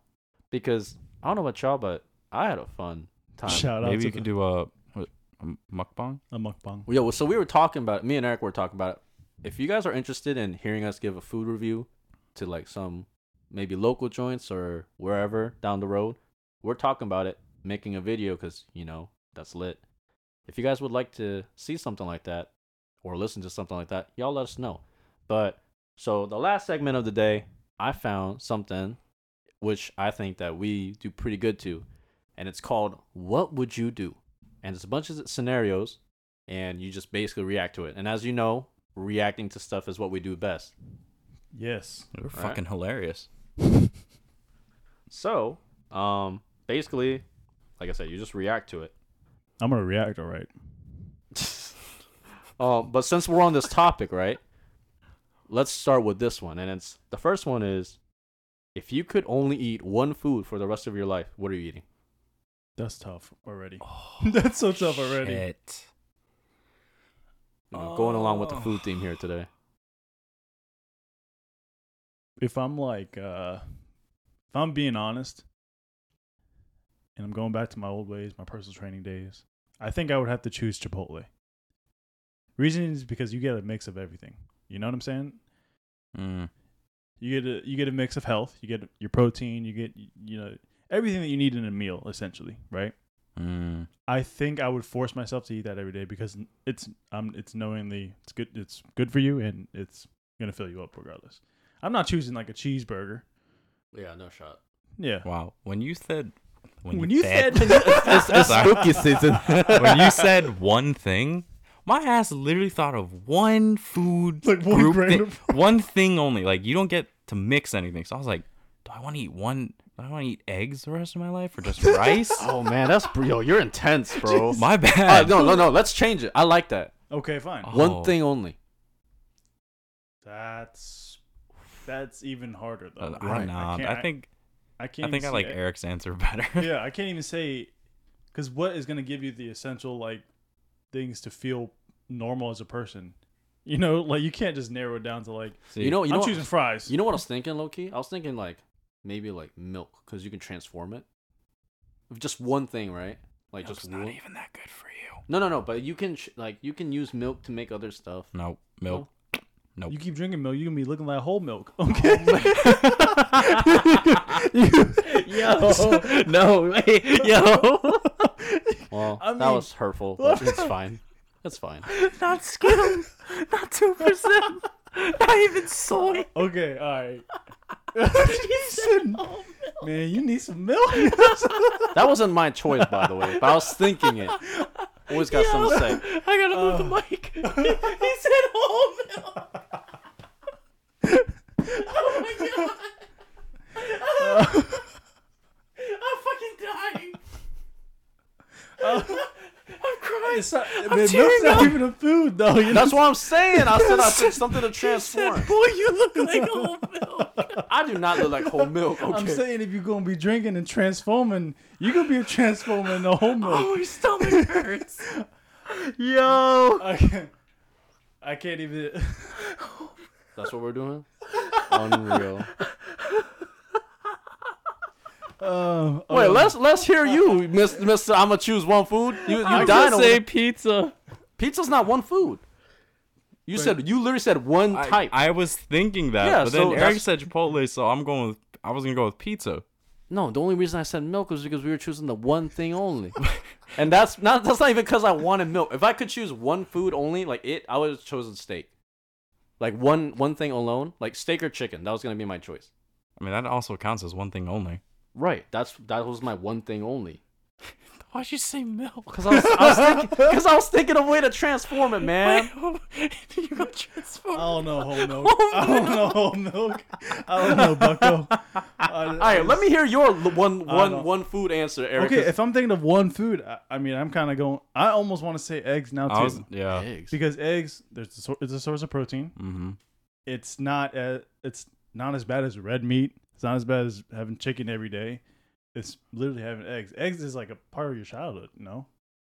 Because I don't know about y'all, but I had a fun time. Shout out Maybe to you the- could do a, what, a mukbang. a mukbang. Well, Yeah, well, so we were talking about me and Eric were talking about it. If you guys are interested in hearing us give a food review to like some maybe local joints or wherever down the road, we're talking about it, making a video because you know that's lit. If you guys would like to see something like that or listen to something like that, y'all let us know. But so the last segment of the day, I found something which I think that we do pretty good to, and it's called "What Would You Do?" and it's a bunch of scenarios and you just basically react to it. And as you know, reacting to stuff is what we do best. Yes. They're fucking hilarious. So, um, basically, like I said, you just react to it. I'm gonna react. All right. Um, but since we're on this topic, right? Let's start with this one, and it's the first one is, if you could only eat one food for the rest of your life, what are you eating? That's tough already. Oh, That's so tough already. Shit. You know, Going along with the food theme here today. If I'm like, uh, if I'm being honest, and I'm going back to my old ways, my personal training days, I think I would have to choose Chipotle. Reason is because you get a mix of everything. You know what I'm saying? Mm. You get a you get a mix of health. You get your protein. You get you know everything that you need in a meal, essentially, right? Mm. I think I would force myself to eat that every day because it's um it's knowingly it's good it's good for you and it's gonna fill you up regardless. I'm not choosing like a cheeseburger. Yeah, no shot. Yeah. Wow. When you said. When, When you, you said. said it's, it's Sorry. spooky season. when you said one thing, my ass literally thought of one food Like one group brand thing, of- one thing only. Like you don't get to mix anything. So I was like, do I want to eat one? Do I want to eat eggs the rest of my life or just rice? oh man, that's yo, you're intense, bro. my Uh, bad. no, no, no. Let's change it. I like that. Okay, fine. Oh. One thing only. That's that's even harder Uh, though. I'm not. can't- I, think I I can't. think I even like say- Eric's answer better. Yeah, I can't even say because what is gonna give you the essential like things to feel normal as a person? You know, like you can't just narrow it down to like See, you know, you know, I'm what- choosing fries. you know what I was thinking, low key. I was thinking like maybe like milk because you can transform it. If Just one thing, right? Like milk's just not one. even that good for you. No, no, no. But you can ch- like you can use milk to make other stuff. No milk. Nope. You keep drinking milk, you're gonna be looking like whole milk. Okay. yo. Oh. no, wait, yo, Well, I that mean- was hurtful. But it's fine. That's fine. not skim, not two percent, not even soy. okay, all right. "Oh, Man, you need some milk. That wasn't my choice, by the way. But I was thinking it. Always got something to say. I gotta move the mic. he said whole milk. oh my god. I'm fucking dying. I'm Oh. crying. It's not, man, tearing milk's not up. even a food, though. You know? That's what I'm saying. I said I said something to transform. Boy, you look like whole milk. I do not look like whole milk. Okay. I'm saying if you're gonna be drinking and transforming, you're gonna be transforming the whole milk. my Oh, stomach hurts. Yo. I can't, I can't even. That's what we're doing. Unreal. Uh, Wait, let's let's hear you, Mister. Mister I'm gonna choose one food. You you dying over pizza. pizza's not one food. You said you literally said one I, type. I was thinking that, Yeah, but so then Eric that's- said Chipotle, so I'm going with. I was gonna go with pizza. no, the only reason I said milk was because we were choosing the one thing only, and that's not that's not even because I wanted milk. If I could choose one food only, like it, I would have chosen steak. Like one one thing alone, like steak or chicken. That was gonna be my choice. I mean, that also counts as one thing only. Right. That's that was my one thing only. Why'd you say milk? Because I, was- I was thinking- 'cause I was thinking of a way to transform it, man. you go transform. I don't know whole milk. I don't know whole milk. I don't know, Bucko. All All right, let me hear your l- one I one don't- one food answer, Eric. Okay, 'cause- if I'm thinking of one food, I, I mean, I'm kind of going. I almost want to say eggs now too, I was, yeah. Eggs. because eggs there's a, sor- it's a source of protein. Mm-hmm. It's not as, it's not as bad as red meat. It's not as bad as having chicken every day. It's literally having eggs. Eggs is like a part of your childhood, you know.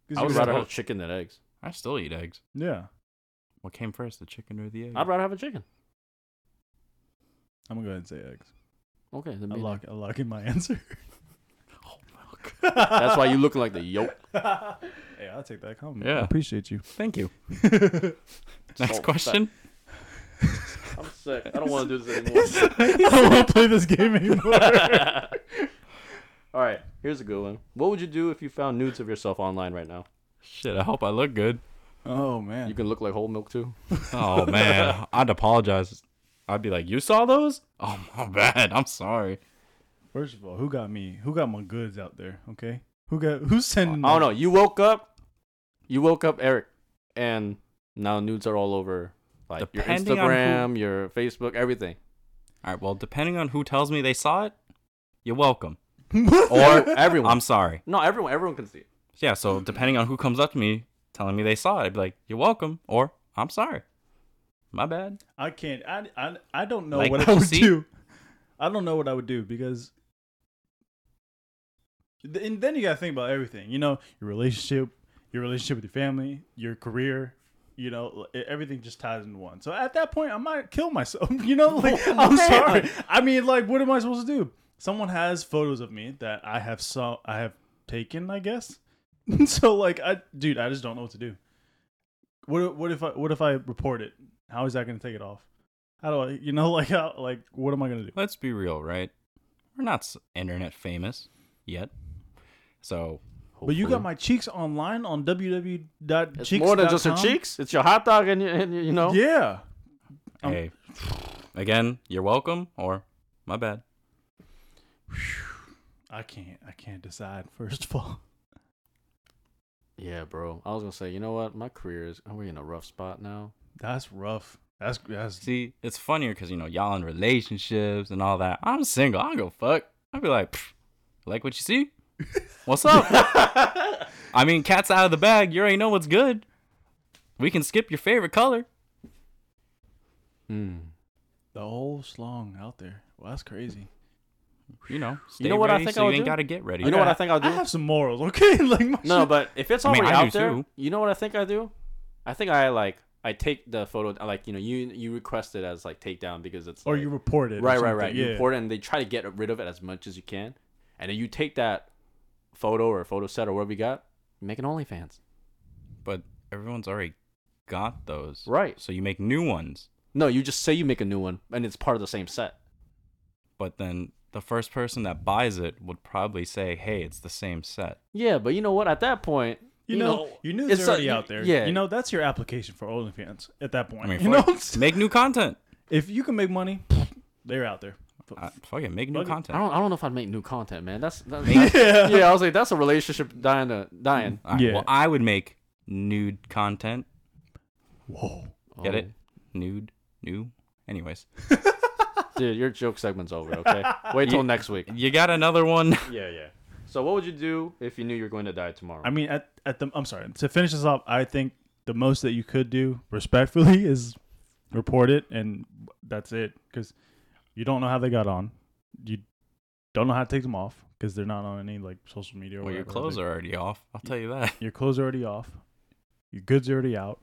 'Cause I you would were- rather have chicken than eggs. I still eat eggs. yeah, What came first, the chicken or the egg? I'd rather have a chicken. I'm gonna go ahead and say eggs. Okay, then I me- lock I lock in my answer. that's why you looking like the yolk. hey, I'll take that compliment. I Yeah. appreciate you. Thank you. Salt. Next question. I'm sick. I don't want to do this anymore. I don't want to play this game anymore. All right, here's a good one. What would you do if you found nudes of yourself online right now? Shit, I hope I look good. Oh man, You can look like whole milk too. Oh man, I'd apologize. I'd be like, "You saw those? Oh my bad. I'm sorry." First of all, who got me? Who got my goods out there? Okay, who got who's sending? I don't know. Oh, You woke up, you woke up, Eric, and now nudes are all over like Depending your on who- Instagram, your Facebook, everything. All right. Well, depending on who tells me they saw it, you're welcome. Or everyone. I'm sorry. no, everyone. Everyone can see. It. Yeah. So depending on who comes up to me telling me they saw it, I'd be like, "You're welcome," or "I'm sorry." My bad. I can't. I I, I don't know Like what what I you would see? do. I don't know what I would do because, th- and then you gotta think about everything. You know, your relationship, your relationship with your family, your career. You know, e- everything just ties into one. So at that point, I might kill myself. You know, like I'm man. sorry. I mean, like, what am I supposed to do? Someone has photos of me that I have saw, I have taken, I guess. so like, I dude, I just don't know what to do. What if- what if I what if I report it? How is that gonna take it off? How do I, you know, like how, like what am I gonna do? Let's be real, right? We're not s- internet famous yet, so But you got Hopefully. my cheeks online on www. It's more than just your cheeks. It's your hot dog and your, and your you know. Yeah. Um, hey, again, you're welcome, or my bad. I can't. I can't decide. First of all, Yeah, bro. I was gonna say, you know what? My career is. Are we in a rough spot now? that's rough. That's that's. See, it's funnier because you know y'all in relationships and all that. I'm single. I don't go fuck. I'd be like, "Pfft, like what you see? What's up? I mean, cat's out of the bag. You already know what's good. We can skip your favorite color. Hmm. The whole slong out there. Well, that's crazy. You know, stay know what I ready think so I you would ain't do? gotta get ready. You know what I think I'll do? I have some morals, okay? like my No, shit- but if it's I mean, already I do out there, too. you know what I think I do? I think I like I take the photo I, like you know you you request it as like takedown because it's or like, you report it. or right right something, right Yeah. you import it and they try to get rid of it as much as you can, and then you take that photo or photo set or whatever you got, make an OnlyFans. But everyone's already got those. Right. So you make new ones. No, you just say you make a new one and it's part of the same set. But then the first person that buys it would probably say, "Hey, it's the same set." Yeah, but you know what? At that point, You know, you knew it's it's a- already you- out there. yeah. You know, that's your application for OnlyFans at that point. I mean, you know, fuck it. make new content. if you can make money, they're out there. F- Uh, fuck it, make new Fuck it. content. I don't I don't know if I'd make new content, man. That's, that's Yeah. yeah. I was like, that's a relationship dying to dying. All right, Yeah. Well, I would make nude content. Whoa. Get Oh. it? Nude, new. Anyways, Dude, your joke segment's over, okay? Wait till Yeah. next week. you got another one? Yeah, yeah. So what would you do if you knew you were going to die tomorrow? I mean, at, at the I'm sorry to finish this off. I think the most that you could do respectfully is report it, and that's it. Because you don't know how they got on. You don't know how to take them off because they're not on any like social media. Or Well, your whatever. clothes are already off. I'll tell you that. Your clothes are already off. Your goods are already out.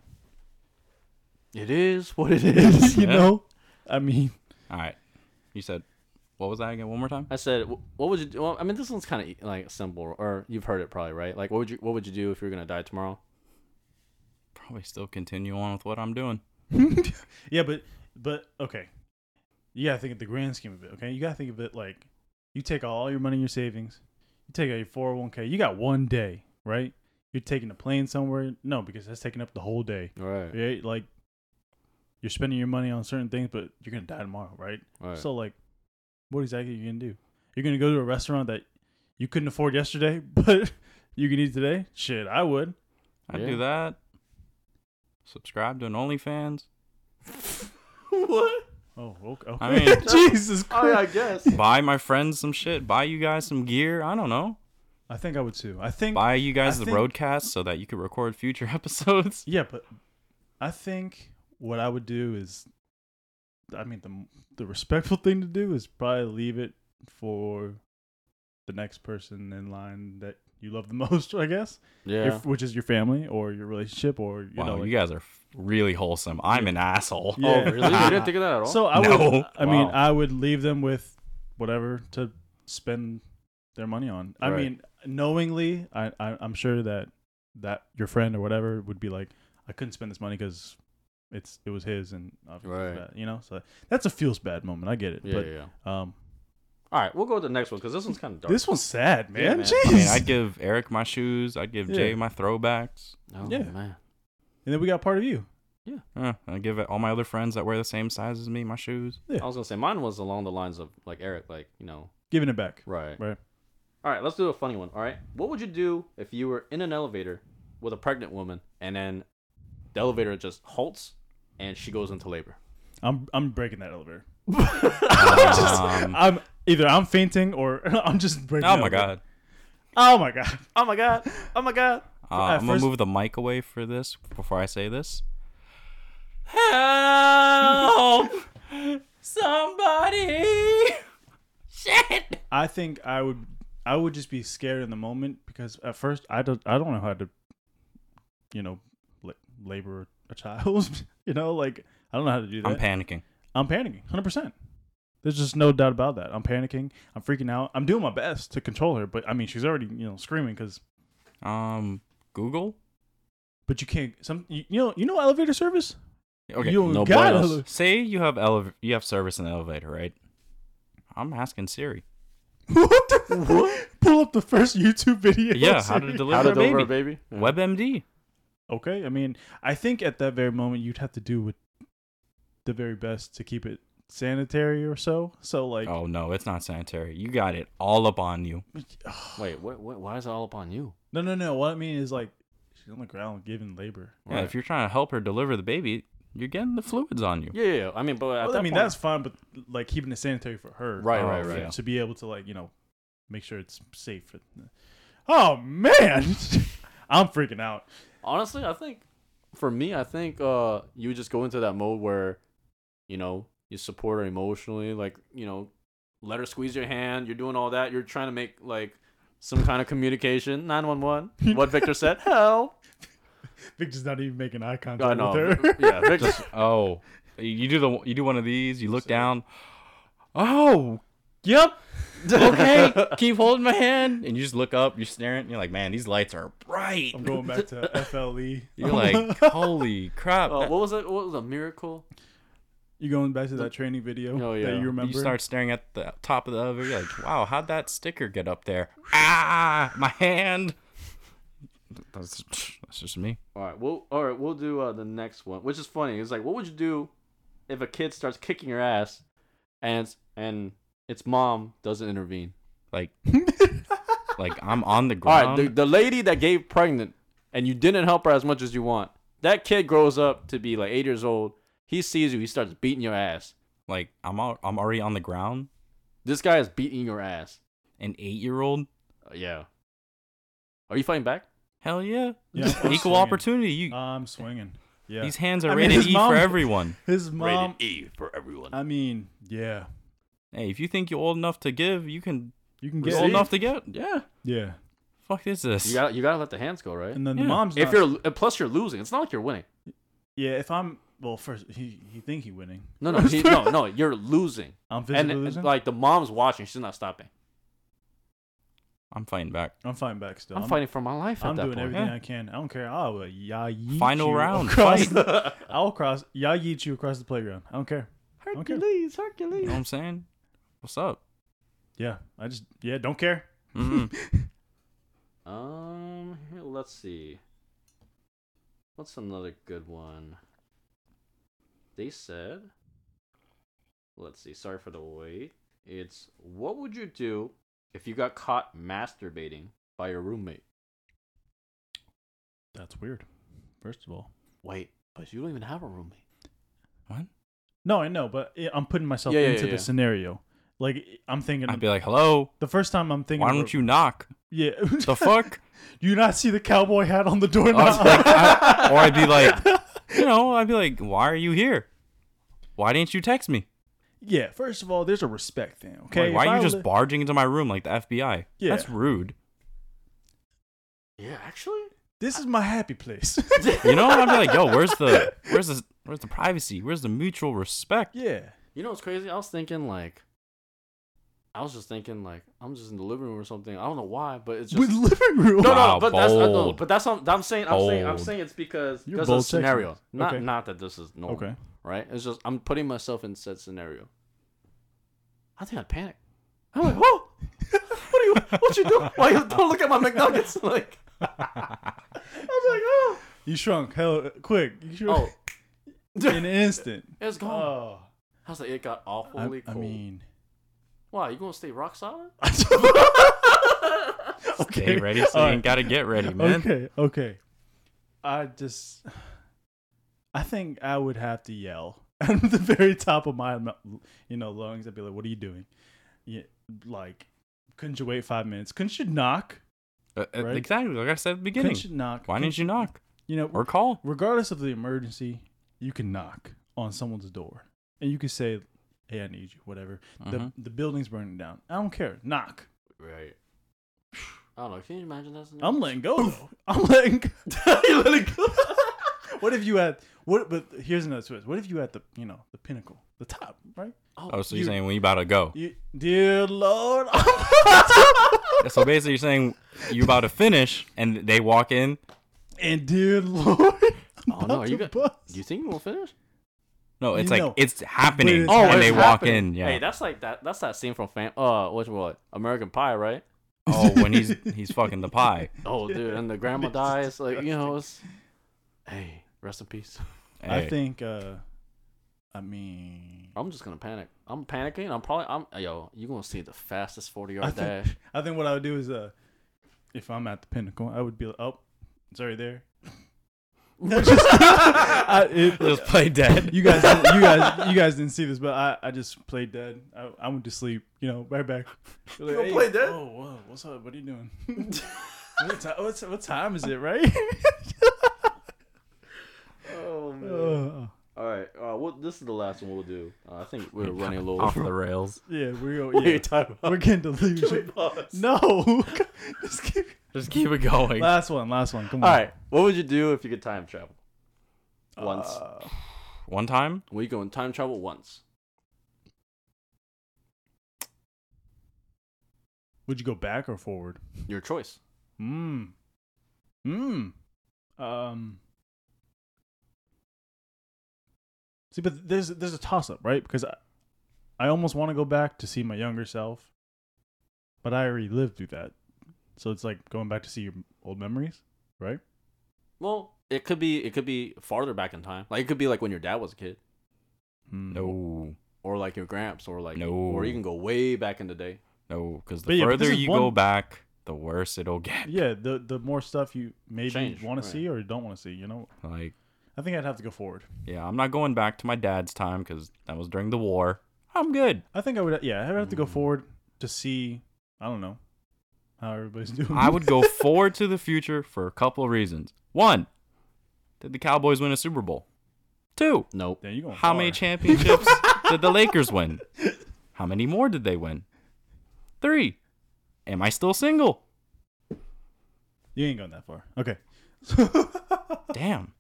it is what it is. you Yeah. know, I mean, All right. You said, what was that again? One more time? I said, wh- what would you do? Well, I mean, this one's kind of like simple, or you've heard it probably, right? Like, what would you what would you do if you were going to die tomorrow? Probably still continue on with what I'm doing. yeah, but but okay, you gotta think of the grand scheme of it. Okay, you gotta think of it like you take all your money, in your savings, you take out your four hundred one k. You got one day, right? You're taking a plane somewhere. No, because that's taking up the whole day. Right. Yeah, like you're spending your money on certain things, but you're gonna die tomorrow, right? right. So like, what exactly are you gonna do? You're gonna go to a restaurant that you couldn't afford yesterday, but you can eat today? Shit, I would. I'd Yeah. do that. Subscribe to an OnlyFans. what? Oh, okay. I mean- Jesus I, Christ. I guess. Buy my friends some shit. Buy you guys some gear. I don't know. I think I would too. I think. Buy you guys I the think- roadcast so that you could record future episodes. Yeah, but I think what I would do is, I mean, the the respectful thing to do is probably leave it for the next person in line that you love the most, I guess, Yeah. Oh, If- which is your family or your relationship or you wow, know. like- you guys are f- really wholesome. I'm an asshole. Yeah. Oh, really? You didn't think of that at all? so I would. No. I mean, Wow. I would leave them with whatever to spend their money on. I Right. mean, knowingly, I, I I'm sure that that your friend or whatever would be like, I couldn't spend this money because it's it was his and obviously it's Right. bad," you know. So that's a feels bad moment. I get it, yeah, yeah. but um, All right, we'll go to the next one because this one's kind of dark. this one's sad, man. Yeah, man. Jeez. I mean, I'd give Eric my shoes. I'd give Jay Yeah. my throwbacks. Oh, Yeah. man. and then we got part of you. Yeah, I'd give all my other friends that wear the same size as me my shoes. Yeah. I was gonna say mine was along the lines of like Eric, like you know. Giving it back. Right. Right. All right, let's do a funny one. All right, what would you do if you were in an elevator with a pregnant woman and then the elevator just halts and she goes into labor? I'm I'm breaking that elevator. Um, I'm either I'm fainting or I'm just breaking. oh the my elevator. god. Oh my god. Oh my god! Oh my god! Uh, At I'm going first- to move the mic away for this before I say this. Help! Somebody! Shit! I think I would I would just be scared in the moment because at first I don't I don't know how to you know la- labor a child you know like I don't know how to do that I'm panicking. I'm panicking 100% there's just no doubt about that I'm panicking I'm freaking out I'm doing my best to control her but I mean she's already you know screaming cuz Um, Google? but you can't some you, you know you know elevator service Okay. you no got buenos. ele- Say you have ele- you have service in the elevator, right? I'm asking Siri. what the pull up the first YouTube video Yeah, how to Siri. deliver How to a deliver baby. a baby? Yeah. WebMD. Okay, I mean, I think at that very moment you'd have to do with the very best to keep it sanitary or so. So like, Oh no, it's not sanitary. You got it all up on you. Wait, what, what, why is it all upon you? no, no, no. What I mean is like, she's on the ground giving labor. Yeah, if you're trying to help her deliver the baby, you're getting the fluids on you. Yeah, yeah, yeah. I mean, but at Well, that I mean, point, that's fine, but like keeping it sanitary for her, Um, right, Oh, right, right. yeah. To be able to like you know make sure it's safe. For oh man, I'm freaking out. Honestly, I think for me, I think uh, you just go into that mode where, you know, you support her emotionally, like you know, let her squeeze your hand. You're doing all that. You're trying to make like some kind of communication. Nine one one. What Victor said. Help. Victor's not even making eye contact I know. with her. Yeah, Victor. Oh, you do the you do one of these. You look down. Oh, yep. Okay, keep holding my hand, and you just look up. You're staring. And you're like, man, these lights are bright. I'm going back to E. FLE. You're like, holy crap. Uh, Oh, that- what was it? What was a miracle? you going back to that training video Oh, that yeah. you You remember? you start staring at the top of the elevator. You're like, wow, how'd that sticker get up there? Ah, my hand. That's, that's just me. All right, we'll all right, we'll do uh, the next one, which is funny. It's like, what would you do if a kid starts kicking your ass, and it's, and its mom doesn't intervene? Like, like I'm on the All ground. right, the, the lady that gave pregnant, and you didn't help her as much as you want. That kid grows up to be like eight years old. He sees you, he starts beating your ass. like I'm al- I'm already on the ground. This guy is beating your ass. An eight year old. Uh, yeah. Are you fighting back? Hell yeah. Yeah, I'm Equal swinging. opportunity. You I'm swinging. Yeah. These hands I are mean, rated his E mom- for everyone. His mom. Rated E for everyone. I mean, yeah, Hey, if you think you're old enough to give, you can. you can You're get old it. enough to get. Yeah. Yeah, Fuck is this? You got you gotta let the hands go, right? and then the Yeah. mom's. not- If you're uh, plus you're losing. It's not like you're winning. yeah, if I'm well, first he he think he winning. No, no, he, no, no. You're losing. I'm And, physically losing. and, like the mom's watching, she's not stopping. I'm fighting back. I'm fighting back still. I'm, fighting for my life at I'm that doing point. everything Yeah. I can. I don't care. I'll uh, ya yeet Final you round, Across fight. the, I'll cross. Ya yeet you across the playground. I don't care. Okay. Hercules, You Hercules. know what I'm saying? What's up? Yeah, I just yeah don't care. hmm Um, here- let's see. What's another good one? They said. Let's see. Sorry for the wait. It's what would you do if you got caught masturbating by your roommate? That's weird. First of all, Wait, but you don't even have a roommate. What? no, I know, but i- I'm putting myself Yeah, yeah, into yeah. the scenario. Like I'm thinking I'd be like, hello. the first time I'm thinking. Why of a- don't you knock? Yeah. The fuck? you not see the cowboy hat on the door? I was like, I- or I'd be like, you know, I'd be like, why are you here? Why didn't you text me? yeah. First of all, there's a respect thing. Okay. like, why If are I you just li- barging into my room like the FBI? Yeah. That's rude. Yeah, actually. this is my happy place. You know, I'd be like, yo, where's the, where's the, where's the privacy? Where's the mutual respect? yeah. You know what's crazy? I was thinking like, I was just thinking like, I'm just in the living room or something. I don't know why, but it's just With living room. no, Wow, no. But that's I know, bold. but that's what I'm saying. I'm saying I'm Bold. saying it's because You're there's a bold, Texas. scenario. Not Okay. not that this is normal, Okay. right? It's just I'm putting myself in said scenario. I think I'd panic. I'm like, whoa, what are you? What you doing? Why you don't look at my McNuggets? Like, I'm like, oh, You shrunk hell quick. You shrunk oh, in an instant. it's gone. Oh. I was like, it got I, awfully I cold. mean. why you gonna stay rock solid? okay. Stay ready, so all you right. ain't gotta get ready, man. Okay, okay. I just, I think I would have to yell at the very top of my, you know, lungs. I'd be like, "What are you doing? Yeah, like, couldn't you wait five minutes? Couldn't you knock? Uh, uh, Right. Exactly, like I said at the beginning. Couldn't you knock? Why didn't you knock You know, or call? regardless of the emergency, you can knock on someone's door, and you can say, "Hey, I need you." Whatever. Mhm. The the building's burning down. I don't care. Knock. Right. I don't know. Can you imagine that? Scenario? I'm letting go. though. I'm letting. go. you let it go. What if you had what? But here's another twist. What if you at the you know the pinnacle, the top, right? Oh, so you're you- saying when you about to go? You, dear Lord, So basically, you're saying you about to finish, and they walk in. and dear Lord, I'm Oh, about no, to you got- bust. Do you think we'll finish? No, it's You like know. it's happening, Oh, it's and happening. they It's walk in. Yeah. Hey, that's like that. That's that scene from Fam. Uh, which what? American Pie, right? oh, when he's he's fucking the pie. Oh, dude, and the grandma dies. Like you know, it's. Hey, rest in peace. I Hey, think. uh I mean, I'm just gonna panic. I'm panicking. I'm probably. I'm yo. You gonna see the fastest forty I yard think- dash? I think what I would do is, uh if I'm at the pinnacle, I would be like, oh, it's already there. I, it- just play dead. you guys, didn't- you guys, you guys didn't see this, but I, I just played dead. I, I went to sleep, you know, right back. You gonna play dead? Oh, whoa, what's up? What are you doing? what, ti what's, what time is it? Right? Oh man. Uh, All right. Uh, well, this is the last one we'll do. Uh, I think we're running a little off the rails. yeah, we're go- yeah, time. we're getting delusion. No, Just keep- Just keep it going. last one, last one. Come on. All right. What would you do if you could time travel? Once. Uh, One time, we go in time travel once. would you go back or forward? Your choice. Hmm. Hmm. Um. See, but there's there's a toss up, right? Because I, I almost want to go back to see my younger self, but I already lived through that, so it's like going back to see your old memories, right? Well, it could be it could be farther back in time. Like it could be like when your dad was a kid, Hmm. no, or like your gramps, or like No. or you can go way back in the day. no, because But the yeah, but this further is you go one- back, the worse it'll get. Yeah. The the more stuff you maybe Change, want right. to see or don't want to see, you know. Like, I think I'd have to go forward. yeah, I'm not going back to my dad's time because that was during the war. I'm good. I think I would. Yeah, I'd have to go Hmm. forward to see. I don't know how everybody's doing. I would go forward to the future for a couple of reasons. One, did the Cowboys win a Super Bowl? Two, Nope. Damn, you going how many far. championships did the Lakers win? How many more did they win? Three, am I still single? You ain't going that far. Okay. Damn.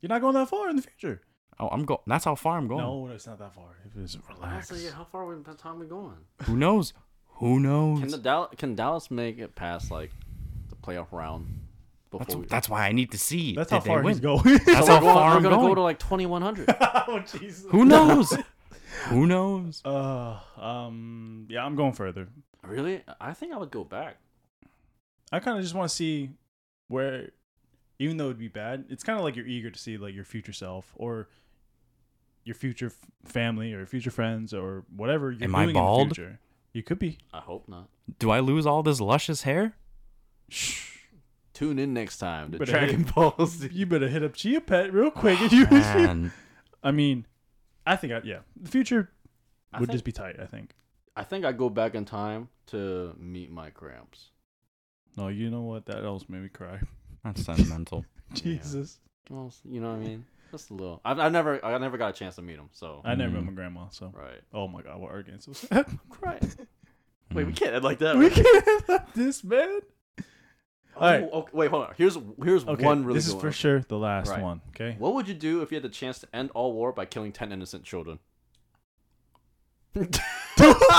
You're not going that far in the future. Oh, I'm going. That's how far I'm going. No, it's not that far. If it's relax. Honestly, yeah, how far in time we going? Who knows? Who knows? Can the Dal- can Dallas make it past like the playoff round? Before that's, we- that's why I need to see. That's did how they far win. he's going. That's So how we're far going- we're I'm gonna go going. to like twenty one hundred. oh Jesus. Who knows? Who knows? Uh, um, yeah, I'm going further. really? I think I would go back. I kind of just want to see where, even though it'd be bad, it's kind of like you're eager to see like your future self or your future f- family or future friends or whatever you're Am I doing in bald? the future. You could be. I hope not. Do I lose all this luscious hair? Shh. Tune in next time to Better Dragon Ball Z. You better hit up Chia Pet real quick. and you, Man, I mean, I think, I, yeah, the future I would think- just be tight, I think. I think I go back in time to meet my gramps. No, you know what? That else made me cry. that's sentimental. Jesus. Well, s- you know what I mean. Just a little. I've, I've never I never got a chance to meet him. So I never met Mm. my grandma, so. right. Oh my God, what are getting so sad? Right. Wait, we Mm. can't end like that. Hmm. we right? can't have like this, man. Oh, All right. okay, wait, hold on. Here's here's Okay, one really this is good for one. sure the last Right. one. Okay, What would you do if you had the chance to end all war by killing ten innocent children?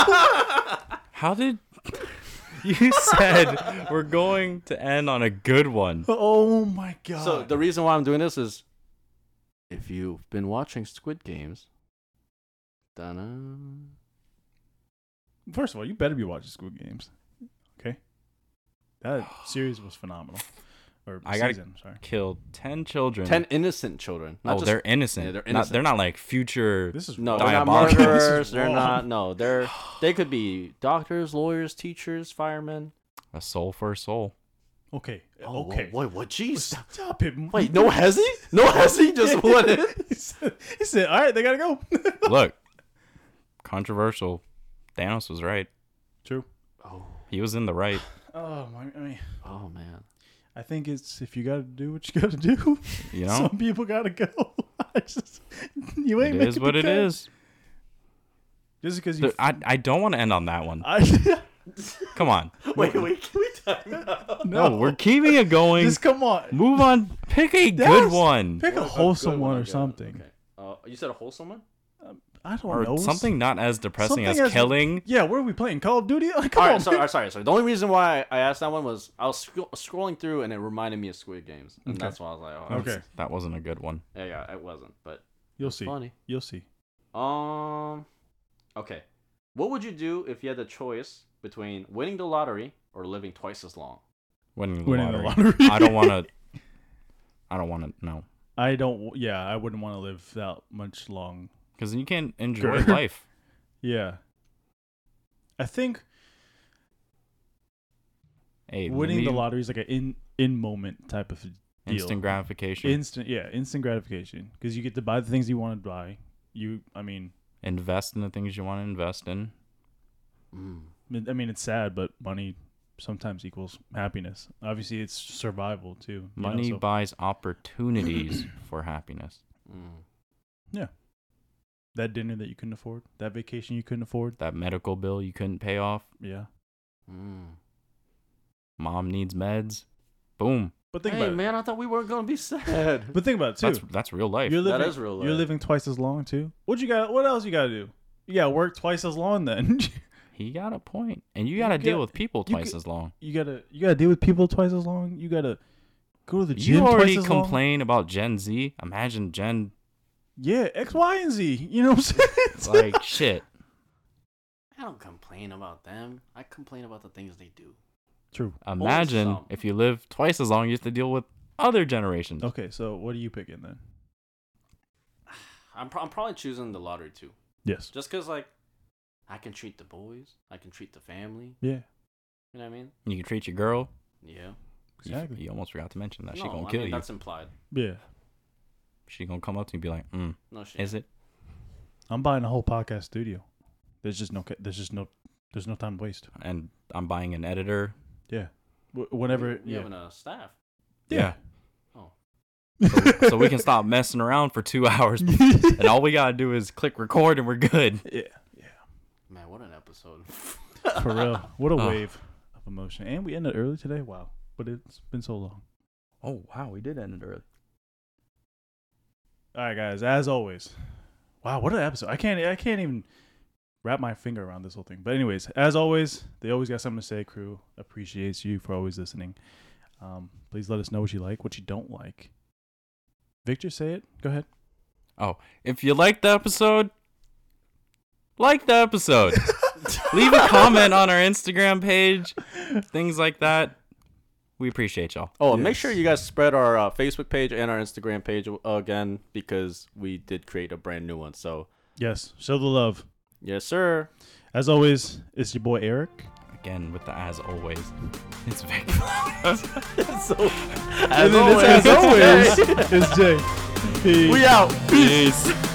How did you said we're going to end on a good one? Oh my god. so the reason why I'm doing this is, if you've been watching Squid Games, ta-da. First of all, you better be watching Squid Games. Okay, that series was phenomenal. Or I gotta- season, sorry. Kill ten children. ten innocent children. Not oh, just, they're innocent. Yeah, they're they're Not, they're innocent. not like future. This is No, wrong. they're not Diabolical. This is murderers. They're wrong. not. No, they're they could be doctors, lawyers, teachers, firemen. a soul for a soul. Okay, Oh, okay. Wait, what? Jeez. Stop it! Wait, no hezzy? No hezzy? Just what? he, said, he said, "All right, they gotta go." Look, controversial. Thanos was right. True. Oh, He was in the right. Oh my! I mean, oh man. I think it's if you gotta do what you gotta do. You know, Some people gotta go. I just, you ain't it making is what the it cut. is. Just because you, There- I, I don't want to end on that one. I, Come on. Wait, wait. Can we time out? Oh, no, No, we're keeping it going. just come on. Move on. Pick a Yes. good one. Pick a wholesome one or something. Okay. Uh, you said a wholesome one? I don't Or know something not as depressing Something as, as- killing. Yeah, what are we playing? Call of Duty? Like, come All right, on, sorry, man. sorry, sorry. The only reason why I asked that one was I was sc- scrolling through and it reminded me of Squid Games, and Okay. that's why I was like, oh, Okay. That wasn't a good one. Yeah, yeah, it wasn't, but You'll see. funny. You'll see. Um, okay. What would you do if you had the choice between winning the lottery or living twice as long? Winning the Winning the lottery. lottery. I don't want to. I don't want to. No, I don't. w- Yeah, I wouldn't want to live that much long. because you can't enjoy Sure. life. Yeah. I think Hey, winning the leave lottery is like an in in moment type of deal. Instant gratification. Instant, yeah, instant gratification because you get to buy the things you want to buy. You, I mean, invest in the things you want to invest in. Mm. I mean, it's sad, but money sometimes equals happiness. Obviously, it's survival too. you know, Money so- buys opportunities for happiness. Mm. that dinner that you couldn't afford, that vacation you couldn't afford. That medical bill you couldn't pay off. Yeah. Mm. Mom needs meds. Boom. But think hey, about it. man, I thought we weren't gonna be sad. But think about it That's too. that's real life. You're living, That is real You're life. living twice as long too. What you got? What else you got to do? You got to work twice as long. Then he got a point, and you You got to deal got- with people you twice could- as long. you gotta you gotta deal with people twice as long. You gotta go to the gym. You already twice as long. complain about Gen Z. Imagine Gen Yeah, X, Y, and Z. You know what I'm saying? like shit. I don't complain about them. I complain about the things they do. True. Imagine Wholesome. if you live twice as long, you have to deal with other generations. Okay, so what are you picking then? I'm, pro- I'm probably choosing the lottery too, Yes. just cause like I can treat the boys, I can treat the family. Yeah. You know what I mean? You can treat your girl. Yeah. You- Exactly. You, almost forgot to mention that she no, gonna I kill mean, you. That's implied. Yeah. She gonna come up to you and be like, mm, No shit. "Is it?" I'm buying a whole podcast studio. There's just no. ca- There's just no. There's no time to waste. And I'm buying an editor. Yeah. Wh- Whenever. You yeah. having a staff? Yeah. Oh. so, so we can stop messing around for two hours, and all we gotta do is click record, and we're good. Yeah. Man, what an episode. For real. What a Oh. wave of emotion. And we ended early today. Wow. But it's been so long. Oh wow, we did end it early. All right, guys. As always. Wow, what an episode. I can't I can't even wrap my finger around this whole thing. But anyways, as always, they always got something to say, crew. Appreciates you for always listening. Um, please let us know what you like, what you don't like. Victor, say it. Go ahead. Oh, If you liked the episode, like the episode. Leave a comment on our Instagram page, things like that. We appreciate y'all. Oh, and Yes. make sure you guys spread our uh, Facebook page and our Instagram page uh, again because we did create a brand new one. So, Yes. Show the love. yes, sir. As always, it's your boy Eric. again with the as always. It's Vic Flowers. so, And then this, as always, is Jay. Peace. we out. Peace.